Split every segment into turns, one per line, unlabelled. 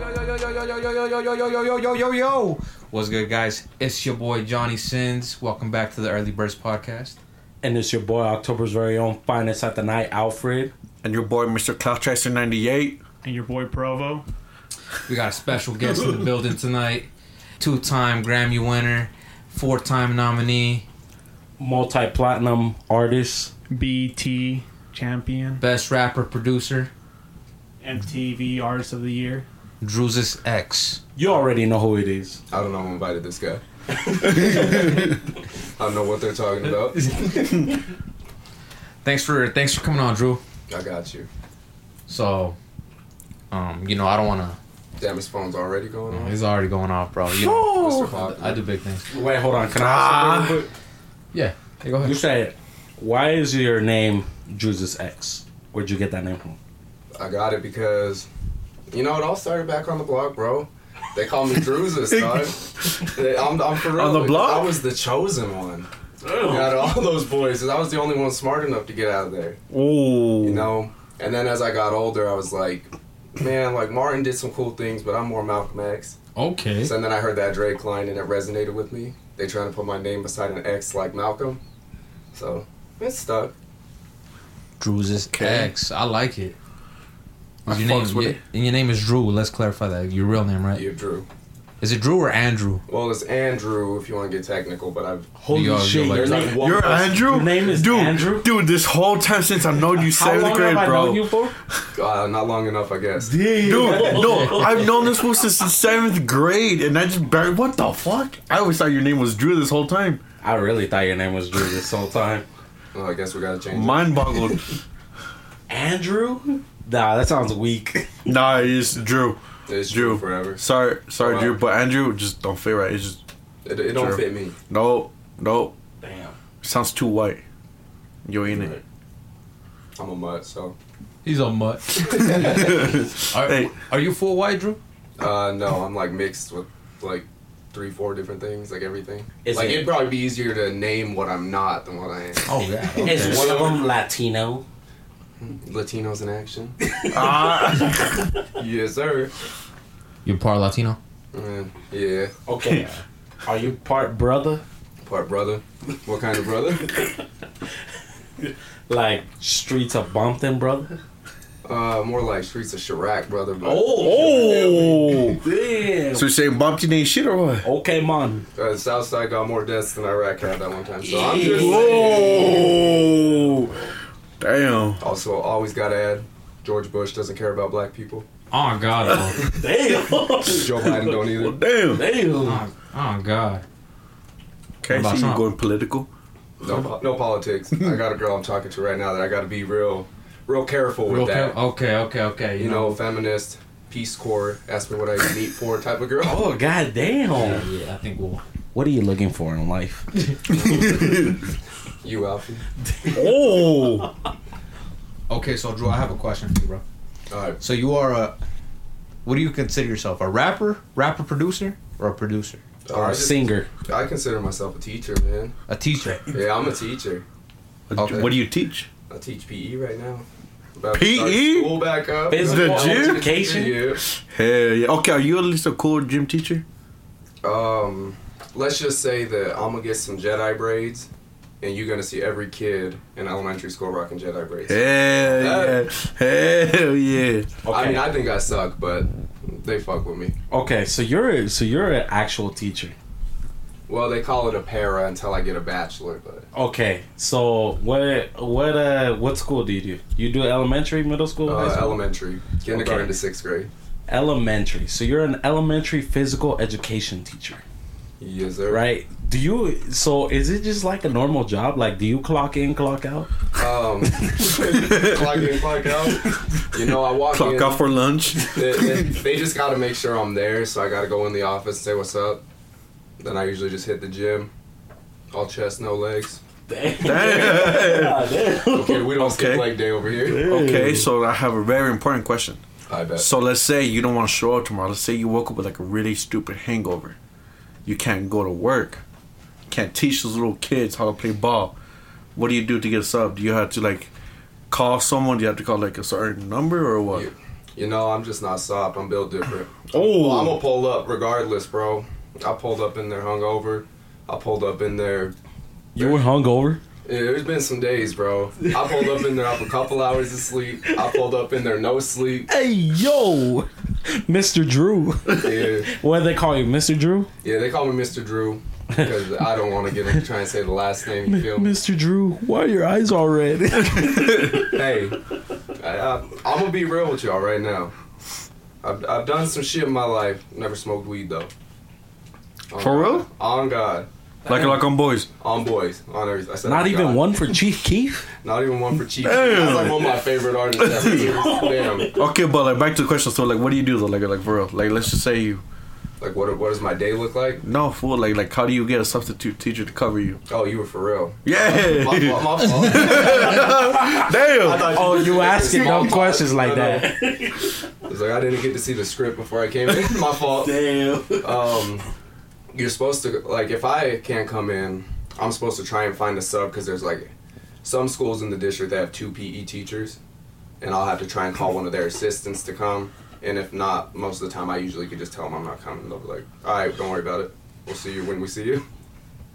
yo yo yo yo yo yo yo what's good guys it's your boy johnny sins welcome back to the early birds podcast
And it's your boy October's very own finest at the night, Alfred.
And your boy, Mr. Cloudchaser 98.
and your boy Provo.
we got a special guest in the building tonight two-time grammy winner four-time nominee
Multi platinum artist.
BT champion,
best rapper producer
MTV Artist of the Year.
Drusus x
You already know who it is.
I don't know who invited this guy. I don't know what they're talking about.
thanks for thanks for coming on drew
I got you.
so um you know i don't want to
Damn, his phone's already going on.
it's already going off bro you know
Mr. Pop.
i do big things
Wait, hold on. Can I ask you something real
yeah hey, go
Ah.
quick? You
ahead
said, why is your name Jesus X? Where'd you get that name from?
I got it because, you know, it all started back on the blog, bro. They call me Drusus, dog. They- I'm, I'm for real.
On the block?
I was the chosen one. Out of all those boys, 'cause I was the only one smart enough to get out of there.
Ooh.
you know. And then as I got older, I was like, man, like Martin did some cool things, but I'm more Malcolm X.
okay
So then I heard that Drake line and it resonated with me. They trying to put my name beside an X like Malcolm, so it stuck.
Drew's
Okay.
X. I like it.
I
Your
fucks
name,
with
yeah,
it.
and your name is Drew. Let's clarify that. Your real name, right?
You Drew.
Is it Drew or Andrew?
Well, it's Andrew if you want to get technical, but I've
Holy
Yo, yo,
shit.
like-
your
there's
name-
like one.
You're
person-
Andrew?
Your name is
dude,
Andrew?
Dude, this whole time since I've known you,
How long
seventh grade,
have I known you
bro.
for?
uh, not long enough, I guess.
Dude, no, I've known this fool since the seventh grade, and I just barely. What the fuck? I always thought your name was Drew this whole time.
I really thought your name was Drew this whole time.
Well, I guess we gotta change. it.
Mind boggled.
Andrew? Nah, that sounds weak.
nah, it's Drew.
It's Drew
Drew.
forever.
Sorry, sorry,
Wow.
Drew, but Andrew just don't fit right. It's just
It, it don't
Drew.
fit me.
no, no.
Damn.
Sounds too white. You ain't it.
I'm a mutt, so
He's a mutt. are,
Hey.
are you full white, Drew?
uh, no, I'm like mixed with like three, four different things, like everything.
Is
like
it-
it'd probably be easier to name what I'm not than what I am.
Oh yeah.
Is
One
one
of
of
them-
them Latino?
Latinos in action.
Ah.
yes, sir.
You're part Latino.
Mm, yeah.
Okay. Are you part brother?
Part brother. What kind of brother?
Like streets of Bompton, brother?
Uh, more like Streets of Chirac, brother. But
oh.
Damn.
So you're saying Bumpty ain't shit or what?
Okay, man.
Uh, Southside got more deaths than Iraq had that one time. So I'm just Oh.
Whoa! Damn.
also always gotta add George Bush doesn't care about black people.
Oh God. Bro.
Damn.
Joe Biden don't
Well,
either.
damn.
Damn.
oh, oh God.
Can
What
I
about
see you
Trump?
going political?
No, po- no politics. I got a girl I'm talking to right now that I gotta be real, real careful with
Real oh.
that.
cal- okay. Okay. Okay.
You know, feminist, Peace Corps, ask me what I need for type of girl.
Oh, god damn.
Yeah, I think we'll.
What are you looking for in life?
You Alfie.
Oh!
Okay, so Drew, I have a question for you, bro.
All right.
So you are a. What do you consider yourself? A rapper, rapper producer, or a producer?
All
Or a
right.
Oh, singer?
I consider myself a teacher, man.
A teacher.
Yeah, I'm a teacher.
Okay.
What do you teach?
I teach PE right now. About to
E?
PE?
start School back up.
Physical
Yeah.
education?
Yeah.
Hell yeah. Okay, are you at least a cool gym teacher?
Um, let's just say that I'm gonna get some Jedi braids, and you're gonna see every kid in elementary school rocking Jedi braids.
Hell yeah. Hell yeah.
I mean, I think I suck, but they fuck with me.
Okay, so you're a, so you're an actual teacher.
Well, they call it a para until I get a bachelor, but
Okay, so what what uh what school do you do? You do elementary, middle school, Oh, high
uh,
school?
elementary, kindergarten
Okay.
to sixth grade.
elementary. So you're an elementary physical education teacher,
Yes, sir.
right? Do you so is it just like a normal job? Like do you clock in, clock out?
Um, clock in, clock out. You know, I walk
Clock
in.
out for lunch.
they, they- they just gotta make sure I'm there, so I gotta go in the office, say what's up. Then I usually just hit the gym, all chest, no legs.
Damn.
Okay, we don't skip
Okay.
leg day over here.
okay, so I have a very important question.
I bet.
So let's say you don't want to show up tomorrow. Let's say you woke up with like a really stupid hangover. You can't go to work. can't teach those little kids how to play ball. What do you do to get a sub? Do you have to like call someone? Do you have to call like a certain number or what?
You, you know, I'm just not soft. I'm built different.
Oh,
I'm gonna pull up regardless, bro. I pulled up in there hungover. I pulled up in there.
You were hungover.
Yeah, there's been some days, bro. I pulled up in there off a couple hours of sleep. I pulled up in there no sleep.
Hey yo, Mr. Drew.
Yeah,
What do they call you, Mr. Drew?
yeah. They call me Mr. Drew because I don't want to get him try and say the last name. You feel me?
Mr. Drew, why are your eyes all red?
Hey, I, I, I'm gonna be real with y'all right now. I've, I've done some shit in my life. Never smoked weed though. On
For
God.
real?
On God,
like like on boys.
on boys, on everything. I said
Not
on
even
God.
one for Chief Keef.
Not even one for cheap. That's like one of my favorite artists ever. Damn.
Okay, but like back to the question. So like, what do you do though? Like like for real? Like let's just say you
Like, what, what does my day look like?
no fool. Like like how do you get a substitute teacher to cover you?
Oh, you were for real.
Yeah.
My fault, my fault.
Damn.
Oh, you asking dumb questions like
No,
that?
It's like I didn't get to see the script before I came in. my fault.
Damn.
Um, you're supposed to like if I can't come in, I'm supposed to try and find a sub because there's like some schools in the district that have two PE teachers, and I'll have to try and call one of their assistants to come. And if not, most of the time I usually could just tell them I'm not coming. They'll be like, "All right, don't worry about it. We'll see you when we see you."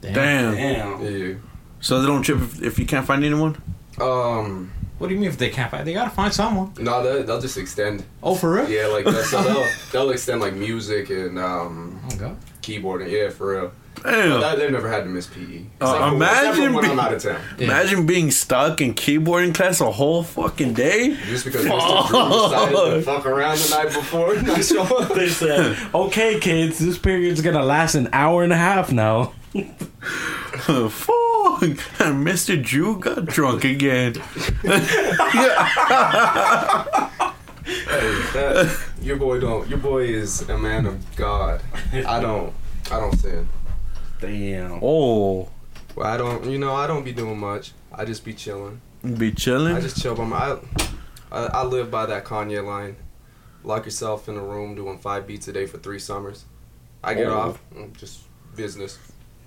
Damn.
Damn.
Yeah.
So they don't trip if, if you can't find anyone.
Um.
What do you mean if they can't find? They gotta find someone.
No, they'll, they'll just extend.
Oh, for real?
Yeah, like that. So they'll, they'll extend like music and um,
Oh God.
keyboarding. Yeah, for real.
Damn.
That, they've never had to miss E. PE. Except
Uh,
for- except for
imagine
when
be-
I'm out of town.
Yeah.
Imagine being stuck in keyboarding class a whole fucking day.
Just because Mr. Drew decided to fuck around the night before. and I show up.
They said, okay, kids, this period's gonna last an hour and a half now.
Fuck! Mr. Jew got drunk again.
Hey, that- your boy don't. Your boy is a man of God. I don't. I don't sin.
Damn.
Oh,
Well, I don't. You know, I don't be doing much. I just be chilling.
be
I
chilling.
just chill by my. I, I, I live by that Kanye line. Lock yourself in a room doing five beats a day for three summers. I get
Oh.
off. mm, Just business.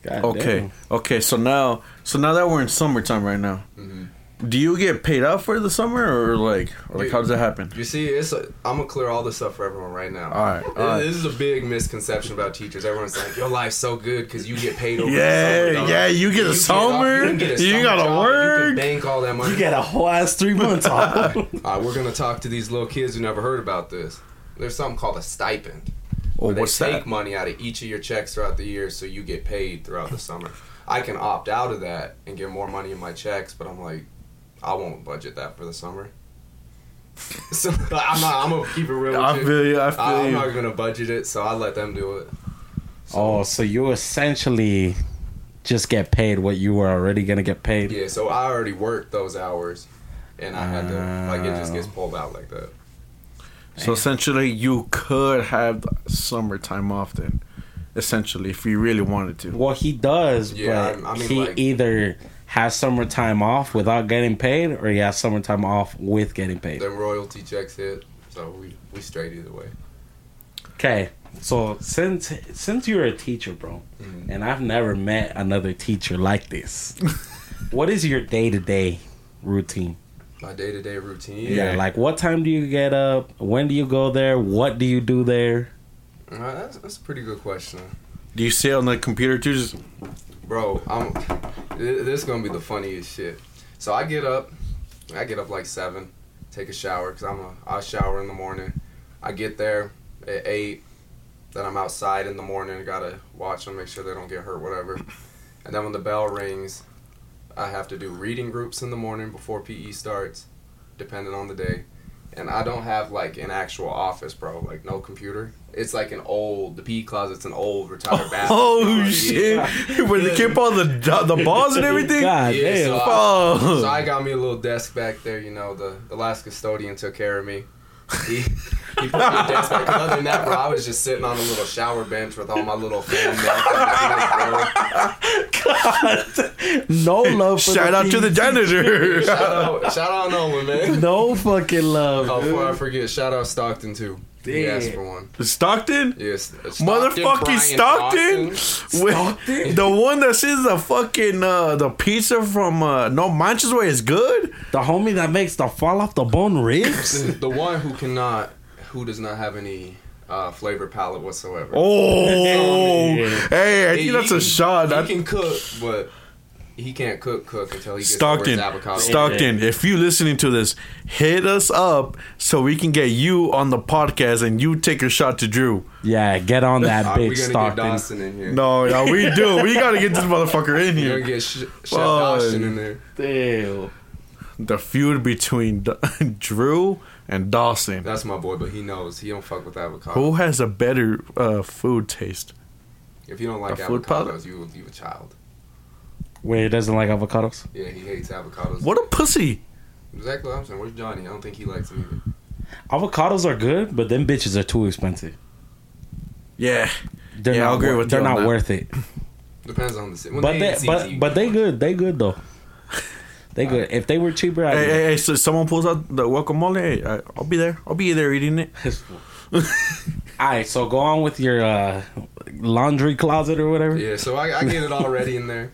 God
Okay,
damn.
okay. So now, so now that we're in summertime right now,
Mhm.
do you get paid out for the summer or like, or like how does that happen?
You see, it's. A, I'm gonna clear all this up for everyone right now.
All right, all
This-
right.
This is a big misconception about teachers. Everyone's like, "Your life's so good because you get paid over the summer."
Yeah,
dog."
yeah. You get a summer.
off- get a
You
summer
gotta
job, You can
work.
bank all that money.
You got a whole ass three months off.
All right, we're gonna talk to these little kids who never heard about this. There's something called a stipend.
Oh,
where they
what's
take
that?
money out of each of your checks throughout the year, so you get paid throughout the summer. I can opt out of that and get more money in my checks, but I'm like, I won't budget that for the summer. so I'm not. I'm gonna keep it real.
I
with you.
feel you. I
I- I'm
feel
not
you.
gonna budget it, so I let them do it.
Oh, so you essentially just get paid what you were already gonna get paid.
Yeah, so I already worked those hours, and I had to like it just gets pulled out like that.
So essentially, you could have the summertime off then. Essentially, if you really wanted to.
Well, he does,
Yeah,
but
I- I mean,
he
like-
either has summertime off without getting paid, or he has summertime off with getting paid.
Then royalty checks hit, so we we straight either way.
Okay, so since since you're a teacher, bro,
Mm-hmm.
and I've never met another teacher like this, what is your day to day routine?
My day to day routine.
Yeah. like what time do you get up? When do you go there? What do you do there?
Uh, that's, that's a pretty good question,
Do you sit on the computer too? Just
bro. I'm thi- this is gonna be the funniest shit. So I get up, I get up like seven, take a shower because I'm a I shower in the morning. I get there at eight, then I'm outside in the morning. Gotta watch them, make sure they don't get hurt, whatever. And then when the bell rings, I have to do reading groups in the morning before PE starts, depending on the day. And I don't have like an actual office, bro. Like no computer. It's like an old the PE closet's an old retired bathroom.
Oh
Yeah.
shit! When they keep all the the balls and everything.
God
Yeah,
damn.
so
Fuck.
I, so I got me a little desk back there. You know, the, the last custodian took care of me. He, he put me a desk back. 'Cause Other than that, bro, I was just sitting on a little shower bench with all my little fan mail.
no love. For
Shout out to the
team.
janitor.
Shout out, shout out Nolan, man.
no fucking love.
Oh, before I forget, shout out Stockton too. He asked for one.
Stockton?
Yes. uh,
Motherfucking
Brian
Stockton, With the one that says the fucking uh, the pizza from uh, No Manches Way is good.
The homie that makes the fall off the bone ribs.
Stockton, the one who cannot, who does not have any uh, flavor palette whatsoever.
Oh, hey, I
He-
think that's
he
a
can-
shot.
He
That-
can cook, but he can't cook cook until he gets over
Stockton,
his avocado.
Stockton, if you listening to this, hit us up so we can get you on the podcast and you take a shot to Drew.
yeah, get on that
Are we
big
gonna get
Stockton.
Dawson in here?
No, no, we do. We gotta get this motherfucker in
You're
here.
gonna get Sh- Chef
Fuck.
Dawson in there.
Damn.
The feud between D- Drew and Dawson.
That's my boy, but he knows he don't fuck with avocado.
Who has a better uh, food taste?
If you don't like
The food
avocados, you you a child.
Wait, he doesn't like avocados?
Yeah, he hates avocados.
What a pussy!
Exactly what I'm saying. Where's Johnny? I don't think he likes them either.
Avocados are good, but them bitches are too expensive.
Yeah,
They're
Yeah,
not
I'll agree
wor-
with you
They're
on
not
that.
worth it.
Depends on the city. When
but
they
they,
in the city,
but but they good. They good though. They good. If they were cheaper, I'd
Hey, hey, hey, so someone pulls out the guacamole. Hey, I- I'll be there. I'll be there eating it.
All right, so go on with your uh, laundry closet or whatever.
Yeah, so I, I get it already in there.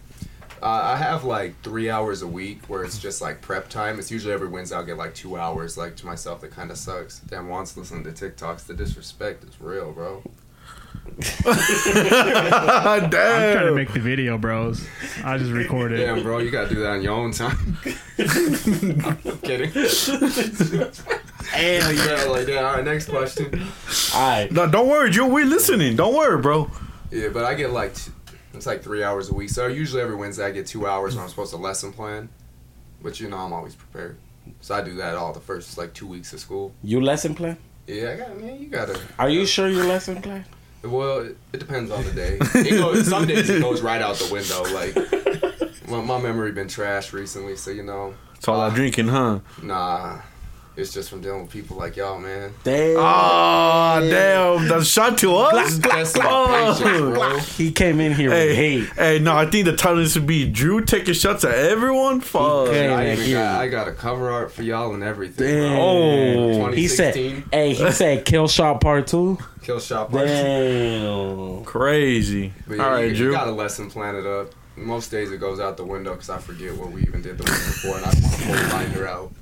Uh, I have like three hours a week where it's just like prep time. It's usually every Wednesday I'll get like two hours like to myself. That kind of sucks. Damn, once listening to TikToks, the disrespect is real, bro.
I'm trying to
Damn.
make the video, bros. I just recorded. it.
Damn, bro, you gotta do that on your own time. I'm kidding. Hell yeah, like that. All right, next question.
All right.
No, don't worry, Drew. We're listening. Don't worry, bro.
Yeah, but I get like t- it's like three hours a week. So usually every Wednesday I get two hours when I'm supposed to lesson plan. But you know I'm always prepared, so I do that all the first like two weeks of school.
You lesson plan?
Yeah, I got man, you gotta.
Are you sure you lesson plan?
Well, it, it depends on the day. It goes, some days it goes right out the window. Like my, my memory been trashed recently, so you know,
It's all that drinking, huh?
nah. It's just from dealing with people like y'all, man.
Damn.
Ah, damn. That's shot to us.
That's like
Oh.
patience, bro.
He came in here
Hey,
with hate.
hey, no, I think the title needs to be Drew taking shots at everyone. Fuck.
Okay.
I,
Yeah,
even
yeah.
got, I got a cover art for y'all and everything.
Damn.
Bro.
Oh.
He said,
2016.
"Hey, he said kill shot part two.
Kill shop art.
Damn.
Crazy.
But yeah,
All right,
you,
Drew.
you got a lesson plan it up. Most days it goes out the window because I forget what we even did the week before, and I want to pull the binder out.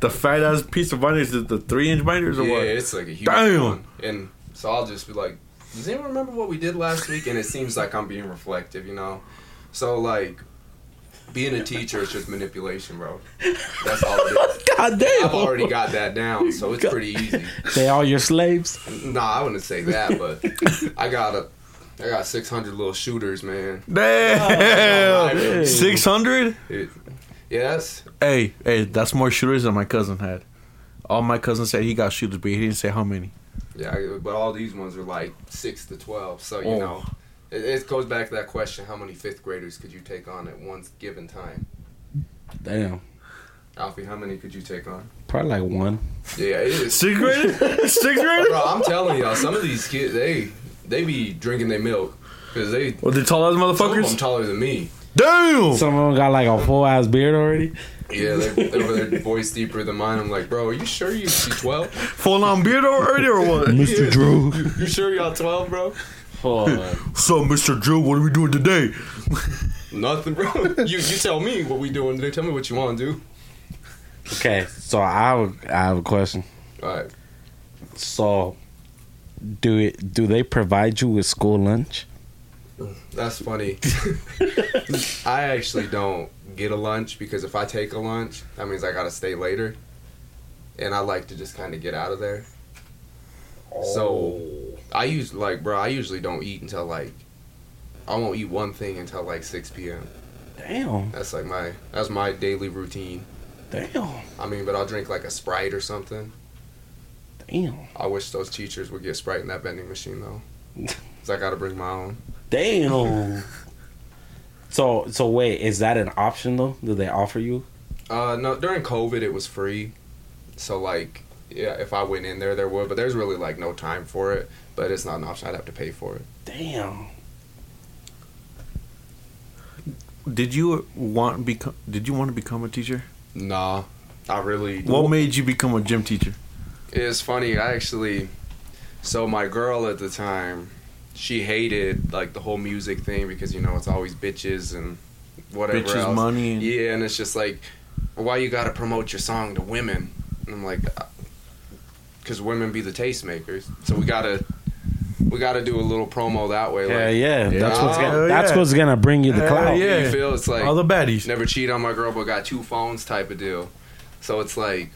The fat ass piece of binders is the three inch binders or
Yeah,
what?
it's like a huge
Damn.
one. And so I'll just be like, does anyone remember what we did last week? And it seems like I'm being reflective, you know? So, like, being a teacher is just manipulation, bro. That's all it is.
God
I've
damn.
already got that down, so it's pretty easy.
They all your slaves.
Nah, I wouldn't say that, but I got a, I got 600 little shooters, man.
Damn. Six hundred.
It, yes,
Hey, hey, that's more shooters than my cousin had. All my cousin said he got shooters, but he didn't say how many.
Yeah, I- but all these ones are like six to twelve. So you
Oh.
know, it, it goes back to that question: How many fifth graders could you take on at one given time?
Damn.
Alfie, how many could you take on?
Probably like one.
Yeah, it is.
Sixth grader? Sixth grader?
Bro, I'm telling y'all, some of these kids, they they be drinking their milk because they
Well, the tall ass
some of them
motherfuckers.
taller than me.
Damn.
Some of them got like a full ass beard already.
Yeah, they, they over their voice deeper than mine. I'm like, bro, are you sure you you twelve?
Full on beard already or what?
Mr. Drew.
You sure y'all twelve, bro?
so, Mr. Drew, what are we doing today?
Nothing, bro. You you tell me what we doing today. Tell me what you want to do.
okay, so I have, I have a question.
All right.
So, do it? Do they provide you with school lunch?
That's funny. I actually don't get a lunch because if I take a lunch, that means I gotta stay later, and I like to just kind of get out of there. So I usually like, bro. I usually don't eat until like I won't eat one thing until like six p.m.
Damn,
That's like my that's my daily routine.
damn,
I mean, but I'll drink like a Sprite or something.
damn,
I wish those teachers would get Sprite in that vending machine though. 'Cause I gotta bring my own.
damn. so, so wait, is that an option though? Do they offer you?
Uh, no, during COVID it was free, so like, yeah, if I went in there, there would, but there's really like no time for it. But it's not an option; I'd have to pay for it.
Damn.
Did you want become? Did you want to become a teacher?
Nah, I really.
What made you become a gym teacher?
It's funny. I actually, so my girl at the time, she hated like the whole music thing because you know it's always bitches and whatever
Bitches,
else.
money, and-
Yeah, and it's just like, why you gotta promote your song to women? And I'm like, because women be the tastemakers, so we gotta we gotta do a little promo that way.
Yeah,
like,
yeah. That's what's
Hell
gonna, that's
yeah.
what's gonna bring you the
Hell
clout.
yeah.
You feel it's like
All the baddies.
never cheat on my girl, but got two phones type of deal. So it's like,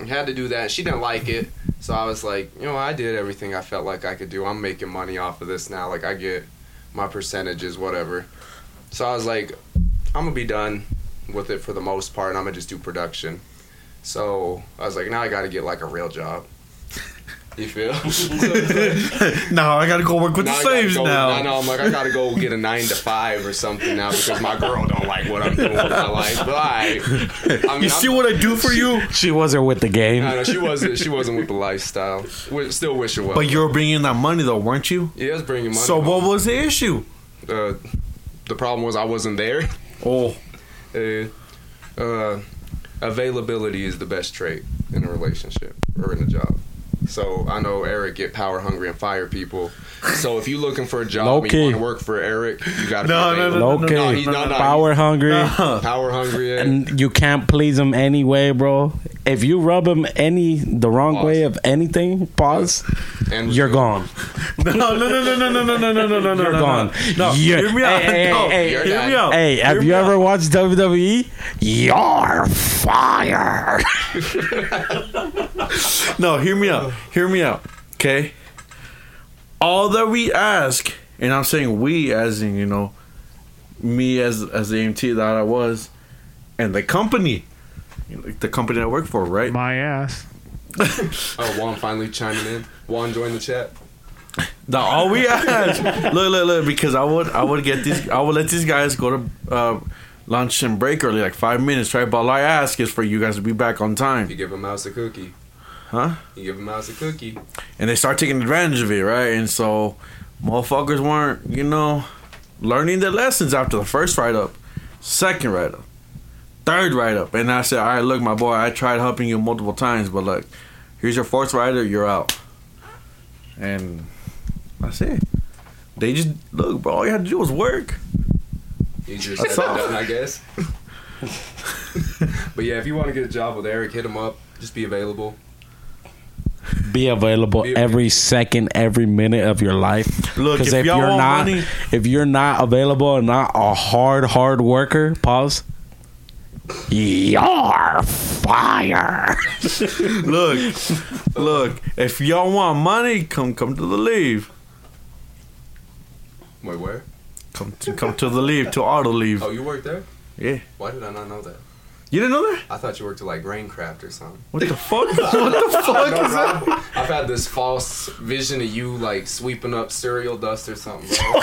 I had to do that. She didn't like it. So I was like, you know, I did everything I felt like I could do. I'm making money off of this now. Like, I get my percentages, whatever. So I was like, I'm going to be done with it for the most part, and I'm going to just do production. So I was like, now I got to get like a real job. You feel? So it's like-
Now I gotta go work with
now
the
I gotta
slaves
go-
now.
I know. I'm like, I gotta go get a nine to five or something now because my girl don't like what I'm doing with my life. But I, I mean,
You
I'm-
see what I do for you?
She wasn't with the game.
I know, she wasn't. She wasn't with the lifestyle. We still wish it was.
But you were bringing that money though, weren't you?
yeah, it's bringing money.
So what
home.
was the issue?
Uh, the problem was I wasn't there.
Oh,
Uh, uh, availability is the best trait in a relationship or in a job. So I know Eric get power hungry and fire people. So if you're looking for a
Low
job and you
key.
want to work for Eric, you gotta
No,
be
no,
available.
Low key.
no, he's not- no,
power hungry.
power hungry. And,
And you can't please him anyway, bro. If you rub him any the wrong
Pause.
way of anything, pause.
and
You're gone.
no, no, no, no, no, no, no, no, no, no, no,
You're
no,
gone.
No,
You're-
hear me out.
Hey,
no,
hey,
hey,
hear me out.
Hey, have
Hear
you
me
ever
out.
watched WWE? You're fired.
No, hear me out. Hear me out. Okay. All that we ask, and I'm saying we, as in you know, me as as the AMT that I was, and the company, like the company I work for, right?
My ass.
Oh, Juan finally chiming in. Juan joined the chat.
Now all we ask, look, look, look, because I would, I would get these, I would let these guys go to uh, lunch and break early, like five minutes, right? But all I ask is for you guys to be back on
You
time,
give a mouse a cookie.
huh?
You give a mouse a cookie.
And they start taking advantage of it, right? And so, motherfuckers weren't, you know, learning their lessons after the first write up, second write up, third write up, and I said, all right, look, my boy, I tried helping you multiple times, but look, here's your fourth writer, you're out, and that's it. They just look, bro. All you had to do was work.
You just
That's
said that,
all.
done, I guess. but yeah, if you want to get a job with Eric, hit him up. Just be available.
Be available
Be
every second, every minute of your life.
Look,
'Cause
if y'all want
not,
money-
if you're not available and not a hard, hard worker, pause. You're fired.
Look, look. If y'all want money, come come to the leave.
Wait, where?
Come to come to the leave to auto leave.
Oh, you worked there?
Yeah.
Why did I not know that?
You didn't know that?
I thought you worked at like Graincraft or something.
What the fuck? what the fuck is that?
I've had this false vision of you like sweeping up cereal dust or something. Bro.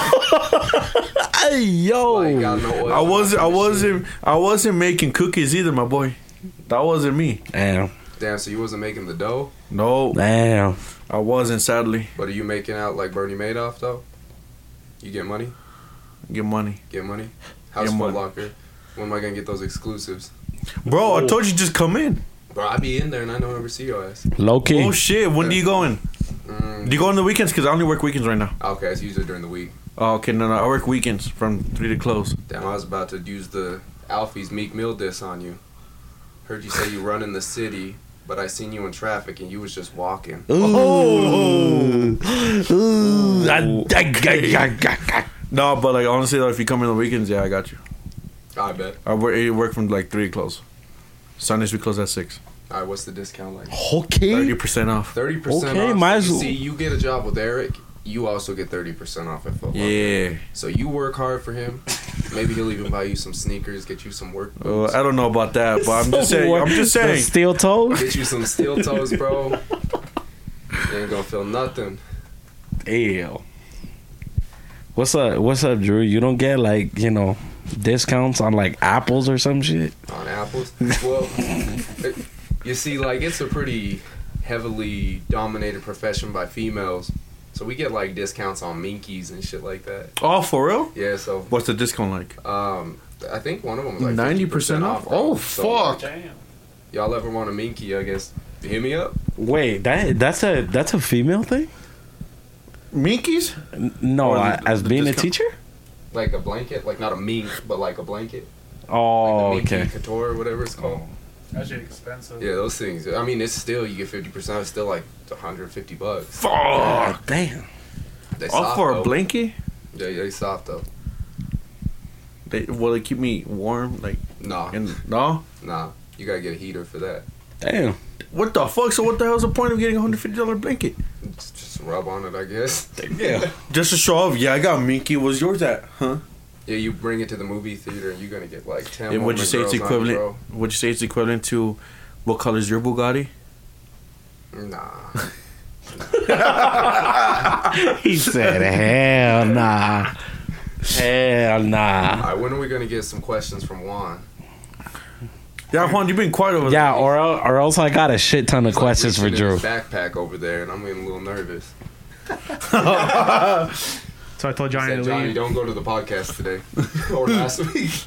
Hey yo,
Like, got no
Oh,
oil
I
on my
wasn't. I
machine.
wasn't. I wasn't making cookies either, my boy. That wasn't me.
damn,
Damn, so you wasn't making the dough,
No,
damn.
I wasn't. Sadly,
but are you making out like Bernie Madoff though? You get money?
get money,
Get money?
Get
House Foot
money.
Locker. When am I gonna get those exclusives?
bro. I told you just come in.
Bro, I be in there and I don't ever see your ass.
Low key.
Oh shit! When do you go in?
Mm,
Do you go on the weekends? Cause I only work weekends right now.
Okay, it's usually during the week.
Oh, okay, no, no, I work weekends from three to close.
Damn, I was about to use the Alfie's Meek Mill diss on you. Heard you say you run in the city, but I seen you in traffic and you was just walking.
Oh.
Ooh, I-
Okay. No, but like honestly though, if you come in the weekends, yeah, I got you.
I bet.
I work. I work from like three to close. Sundays we close at six.
All right, what's the discount like?
Thirty
Okay.
percent off.
Thirty percent
Okay,
off.
might
So
as
you
well.
See, you get a job with Eric, you also get thirty percent off at Foot Locker.
Yeah.
So you work hard for him. Maybe he'll even buy you some sneakers, get you some work
Uh,
boots,
I don't know about that, but I'm just saying. I'm just
The
saying.
Steel toe.
get you some steel toes, bro. you ain't gonna feel nothing.
Damn. What's up? What's up, Drew? You don't get like you know discounts on like apples or some shit.
on apples. Well, it- you see, like it's a pretty heavily dominated profession by females, so we get like discounts on minkies and shit like that.
Oh, for real?
Yeah, so
What's the discount like?
um, I think one of them was like
90%
50%
off?
bro.
Oh, fuck.
Y'all ever want a minky? I guess hit me up.
Wait, that that's a that's a female thing? Oh,
Minkies?
N- No,
Or the-
I, as
the
being a
discount-
teacher.
Like a blanket, like not a mink, but like a blanket. Like
Oh,
the Minky
okay.
Couture, or whatever it's called.
Oh. That shit expensive.
Yeah, those things. I mean, it's still you get fifty percent. It's still like one hundred fifty bucks.
Fuck.
Damn.
They
All
soft,
for a
though.
blanket?
They, they soft though.
They, will it keep me warm? Like,
Nah,
in, no?
nah. You gotta get a heater for that.
Damn.
What the fuck? So what the hell's the point of getting a hundred fifty dollar blanket?
Just, just rub on it, I guess.
Yeah.
Just to show off? Yeah, I got Minky. Was yours at? Huh?
Yeah, you bring it to the movie theater, and you're gonna get like ten.
And would you
woman
say it's
girls on the
equivalent? Would you say it's equivalent to what color is your Bugatti?
row. Nah.
he said, "Hell nah, hell nah."
All right, when are we gonna get some questions from Juan?
Yeah, Juan, you've been quiet over
Yeah, or el- or else I got a shit ton of
He's, like,
questions for
reaching in
Drew.
his Backpack over there, and I'm getting a little nervous.
So I told
He
Johnny
said,
to
Johnny,
leave.
don't go to the podcast today or last week.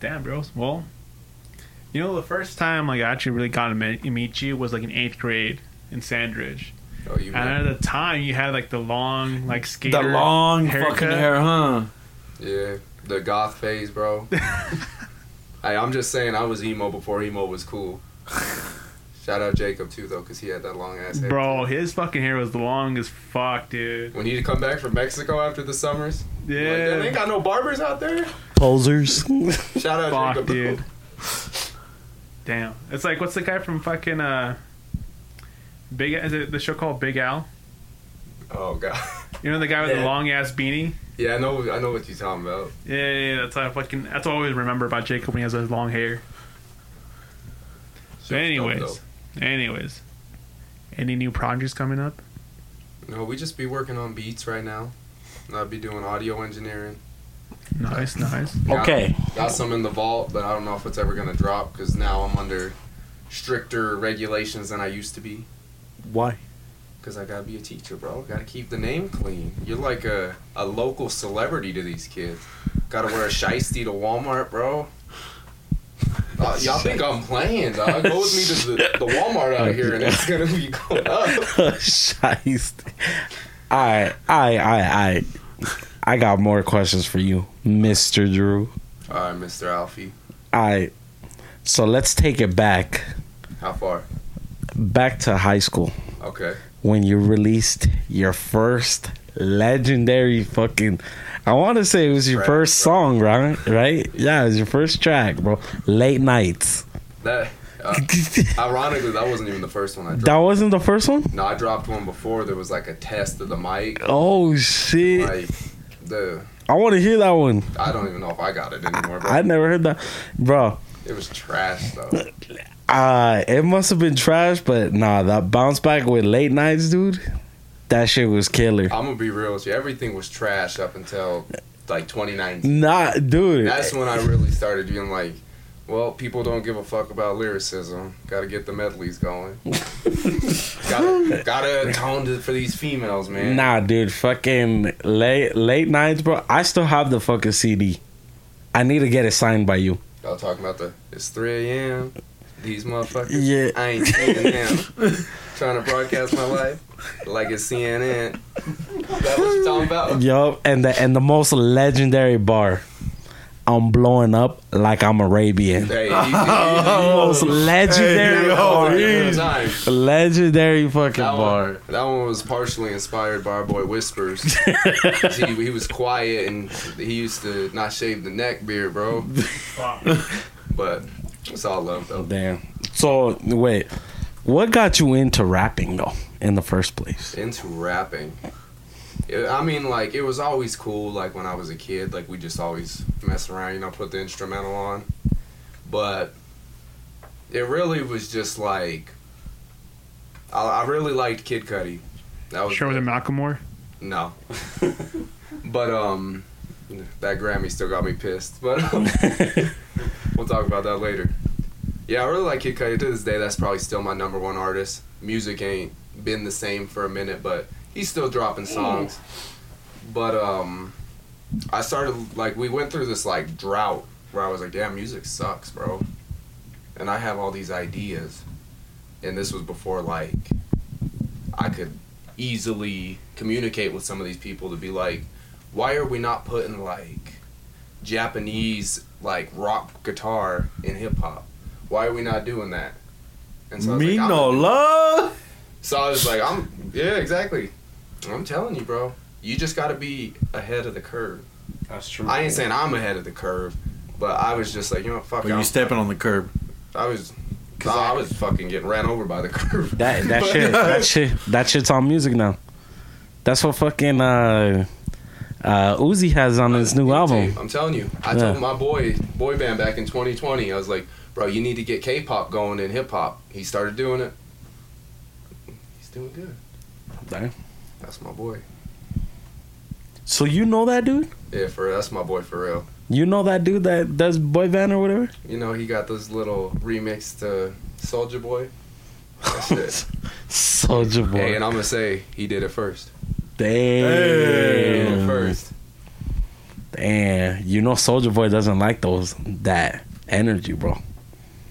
Damn, bros. Well, you know, the first time like I actually really got to meet, meet you was like in eighth grade in Sandridge,
Oh, you.
and at the time you had like the long like skater,
the long
haircut.
fucking hair, huh?
Yeah, the goth phase, bro. hey, I'm just saying, I was emo before emo was cool. Shout out Jacob too, though, because he had that long ass hair.
Bro, his fucking hair was long as fuck, dude.
When you come back from Mexico after the summers, yeah, like, "Damn, they
Yeah,
ain't got no barbers out there.
Posers.
Shout out
fuck,
Jacob, though.
dude. Damn, it's like what's the guy from fucking uh, Big? Is it the show called Big Al?
Oh god.
You know the guy with the
Yeah.
long ass beanie?
Yeah, I know. I know what you're talking about.
Yeah, yeah, yeah, that's how I fucking. That's what I always remember about Jacob when he has his long hair. So, anyways,
dope,
anyways, any new projects coming up?
No, we just be working on beats right now. And I'd be doing audio engineering.
Nice, nice.
Got-
Okay.
Got some in the vault, but I don't know if it's ever gonna drop because now I'm under stricter regulations than I used to be.
Why?
Cause I gotta be a teacher, bro. Gotta keep the name clean. You're like a, a local celebrity to these kids. Gotta wear a shiesty to Walmart, bro. Uh, y'all think I'm playing? Dog. Go with me to the, the Walmart out here, and it's gonna be going up.
Shiest. I I I I I got more questions for you, Mister Drew.
All right, Mr. Alfie,
I so let's take it back
how far?
back to high school
Okay.
when you released your first legendary fucking. I want to say it was your
Track,
first
bro.
song, right? Right? Yeah, it was your first track, bro. Late nights.
That uh,
that
ironically, that wasn't even the first one I dropped.
wasn't the first one.
No, I dropped one before. There was like a test of the mic.
Oh shit!
Like the
I want to hear that one.
I don't even know if I got it anymore. But
I never heard that, bro.
it was trash though.
Uh, it must have been trash, but nah, that bounce back with late nights, dude. That shit was killer.
I'm gonna be real with you. Everything was trash up until like 2019.
Nah, dude.
That's when I really started being like, well, people don't give a fuck about lyricism. Got to get the medleys going. gotta, gotta atone to, for these females, man.
Nah, dude. Fucking late late nights, bro. I still have the fucking CD. I need to get it signed by you.
Y'all talking about the it's 3 a.m. These motherfuckers.
Yeah.
I ain't seeing them. Trying to broadcast my life like it's CNN. That what you talking about?
Yup, and the and the most legendary bar. I'm blowing up like I'm Arabian.
Hey, you, you,
Most legendary,
Hey, yo,
bar.
you, you, time.
legendary fucking
That
bar.
one, that one was partially inspired by our boy Whispers. he, he was quiet and he used to not shave the neck beard, bro. but it's all love, though.
Oh, Damn. So wait, what got you into rapping though in the first place?
Into rapping. It- I mean, like, it was always cool, like, when I was a kid. Like, we just always mess around, you know, put the instrumental on. But it really was just like. I, I really liked Kid Cudi. That was
Sure, with a Macklemore.
No. but um that Grammy still got me pissed. But um, we'll talk about that later. Yeah, I really like Kid Cudi. To this day, that's probably still my number one artist. Music ain't been the same for a minute, but he's still dropping songs. But um I started like we went through this like drought where I was like, "Damn, music sucks, bro." And I have all these ideas. and this was before like I could easily communicate with some of these people to be like, why are we not putting like Japanese like rock guitar in hip hop? Why are we not doing that? And I was
Me
like,
no
I'm-
love.
So I was like, I'm yeah, exactly. I'm telling you, bro. You just got to be ahead of the curve.
That's true.
I ain't saying I'm ahead of the curve, but I was just like, you know, what, fuck.
But Oh, you
I'm-
stepping on the curb.
I was, nah, I was fucking getting ran over by the curve.
that that
But-
shit that shit that shit's on music now. That's what fucking uh uh Uzi has on his new
Dude,
album.
I'm telling you, I
Yeah.
told my boy boy band back in 2020. I was like, bro, you need to get K-pop going in hip hop. He started doing it. He's doing good.
Damn.
That's my boy.
So you know that dude?
Yeah, for real. That's my boy for real.
You know that dude that does boy band or whatever?
You know, he got this little remix to Soldier Boy. That's it.
Soldier boy.
Hey, and I'm gonna say he did it first. He did it
Damn.
first.
Damn. You know Soldier Boy doesn't like those that energy, bro.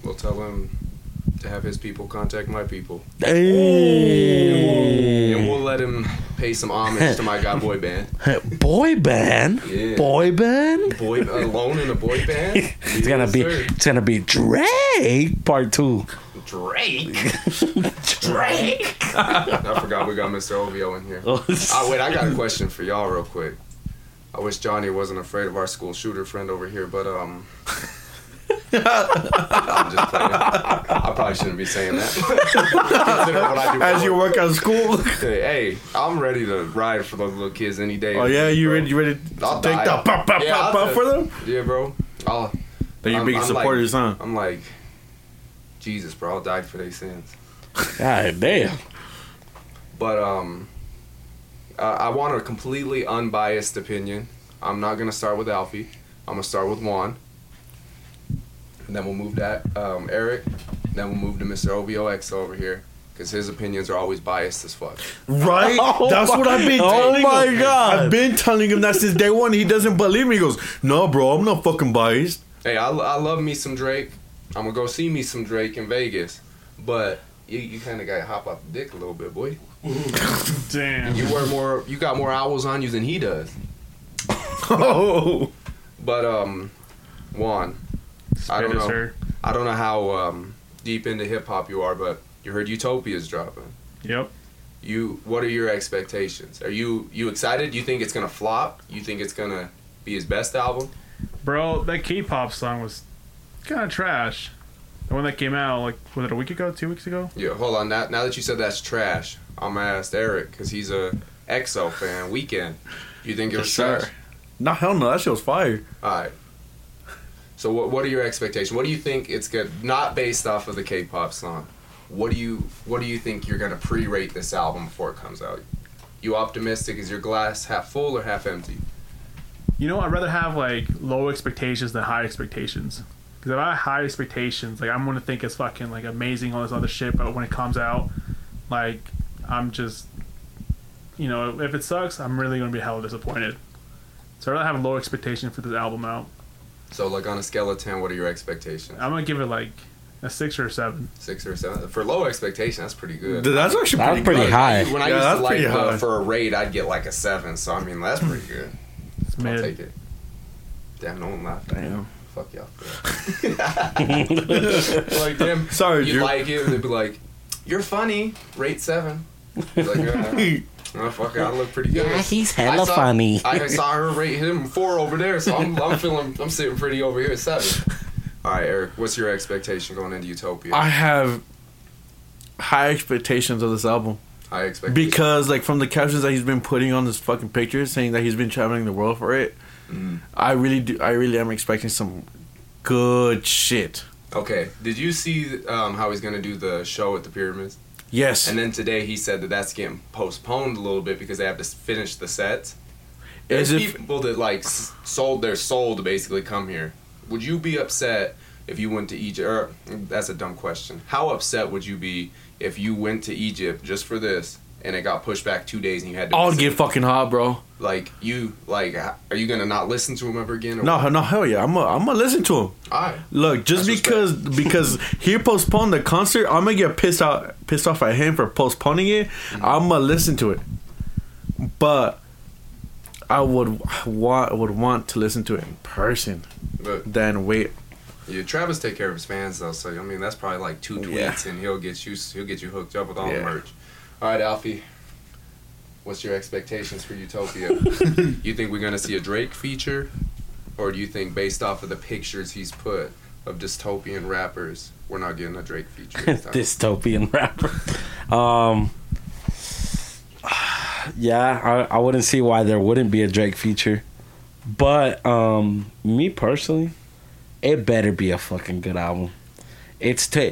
We'll tell him to have his people contact my people, and
Damn.
we'll let him pay some homage to my guy boy band.
Boy band?
Yeah.
Boy band?
Boy alone in a boy band.
It's gonna be it's gonna be Drake part two.
Drake.
Drake.
I forgot we got Mr. Ovio in here.
Oh,
Oh wait, I got a question for y'all real quick. I wish Johnny wasn't afraid of our school shooter friend over here, but um. I'm just playing. I probably shouldn't be saying that. Consider what I do for
As you
work.
work out of school.
Hey, I'm ready to ride for those little kids any day.
Oh yeah, you
Bro.
ready? You ready to
I'll
take
die.
the pop, pop,
Yeah,
pop,
I'll
pop
take-
for them?
Yeah, bro. I'll,
They're your
I'm-
biggest
I'm like-
supporters, huh?
I'm like, Jesus, bro. I'll die for their sins.
God damn.
but um, I, I want a completely unbiased opinion. I'm not gonna start with Alfie. I'm gonna start with Juan, and then we'll move to um, Eric. and Then we'll move to Mr. OVOX over here because his opinions are always biased as fuck.
Right?
Oh
That's
my-
what I've been
oh
telling him.
my God.
I've been telling him that since day one. He doesn't believe me. He goes, No, bro, I'm not fucking biased.
Hey, I, I love me some Drake. I'm gonna go see me some Drake in Vegas, but you, you kind of gotta hop off the dick a little bit, boy.
Damn.
You wear more. You got more owls on you than he does.
Oh.
But um, Juan, I don't know.
Spinosaur.
I don't know how um, deep into hip hop you are, but you heard Utopia's dropping.
Yep.
You, what are your expectations? Are you you excited? You think it's gonna flop? You think it's gonna be his best album?
Bro, that K-pop song was kind of trash. The one that came out like was it a week ago, two weeks ago?
Yeah, hold on. Now, now that you said that's trash, I'm gonna ask Eric because he's a EXO fan. Weekend, you think it was
sir.
trash?
No, hell no, that shit was fire.
All right. So what what are your expectations? What do you think it's good? Not based off of the K-pop song. What do you what do you think you're gonna pre-rate this album before it comes out? You optimistic? Is your glass half full or half empty?
You know, I'd rather have like low expectations than high expectations. Because if I have high expectations, like I'm gonna think it's fucking like amazing, all this other shit. But when it comes out, like I'm just, you know, if it sucks, I'm really gonna be hella disappointed. So I'd rather have low expectation for this album out.
So like on a scale of ten, what are your expectations?
Uh,
I'm gonna give it like a six or a seven.
Six or seven? For low expectation, that's pretty good.
Dude, That's actually
That was
pretty,
pretty
good.
high.
When I
Yeah, that's
used
pretty
to like
high.
uh, for a raid, I'd get like a seven. So I mean, that's pretty good.
It's
I'll
mid.
take it. Damn, no one laughed.
Damn.
Fuck y'all. like damn.
Sorry,
you
Drew.
like it, and they'd be like, "You're funny." Rate seven. Be Like, yeah, oh, fuck it, I look pretty good.
Yeah, he's
I
hella
saw-
funny.
I saw her rate him four over there, so I'm, I'm feeling I'm sitting pretty over here at seven. All right, Eric, what's your expectation going into Utopia?
I have high expectations of this album.
High expectation.
Because like from the captions that he's been putting on this fucking picture, saying that he's been traveling the world for it, I really do. I really am expecting some good shit.
okay, did you see um, how he's gonna do the show at the pyramids?
Yes,
And then today he said that that's getting postponed a little bit because they have to s- finish the sets.
as
There's
if
people that like s- sold their soul to basically come here. Would you be upset if you went to Egypt? Or, mm, that's a dumb question. How upset would you be if you went to Egypt just for this and it got pushed back two days, and you had to
I'll
visit.
get fucking hot, bro.
like you like h- are you gonna not listen to him ever again? Or
No, no, hell yeah. I'm gonna I'm gonna listen to him.
all right.
Look, just
That's
because because he postponed the concert, I'm gonna get pissed out pissed off at him for postponing it. I'm gonna listen to it, but I would want would want to listen to it in person.
But
Then wait,
yeah, Travis take care of his fans though, so I mean that's probably like two
Yeah.
tweets, and he'll get you he'll get you hooked up with all
Yeah.
the merch. All right, Alfie. What's your expectations for Utopia? you think we're gonna see a Drake feature, or do you think based off of the pictures he's put of dystopian rappers, we're not getting a Drake feature? this time?
dystopian rapper. Um, yeah, I, I wouldn't see why there wouldn't be a Drake feature, but um, me personally, it better be a fucking good album. It's ta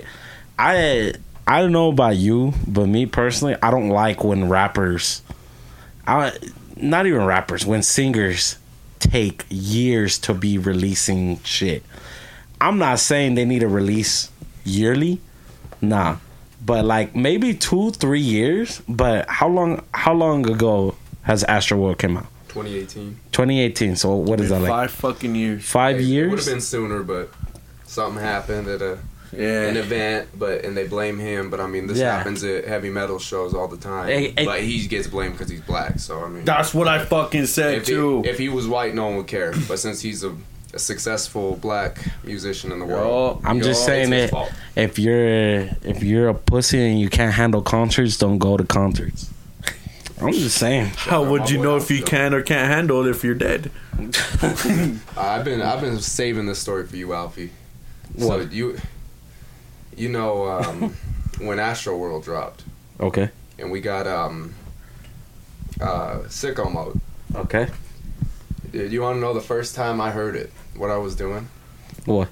I I don't know about you, but me personally, I don't like when rappers, I not even rappers, when singers take years to be releasing shit. I'm not saying they need to release yearly, Nah. But like maybe two, three years. But how long how long ago has Astro World came out?
2018.
Twenty eighteen. So what is that
five
like? Five,
fucking years.
It would have
years?
been sooner, but something happened at a an
Yeah,
event, but and they blame him. But I mean, this
Yeah.
happens at heavy metal shows all the time.
Hey, hey.
but he gets blamed because he's black. So I mean,
that's what I fucking said
if
too.
he, if he was white, no one would care. But since he's a, a successful black musician in the world,
I'm
yo,
just saying
it's his
it
fault.
if you're if you're a pussy and you can't handle concerts, don't go to concerts. I'm just saying.
How would you know if you can or can't handle it if you're dead?
I've been I've been saving this story for you, Alfie. So
What?
you you know um, when Astro World dropped,
Okay.
and we got um uh sicko mode.
Okay.
Dude, you want to know the first time I heard it? What I was doing?
What?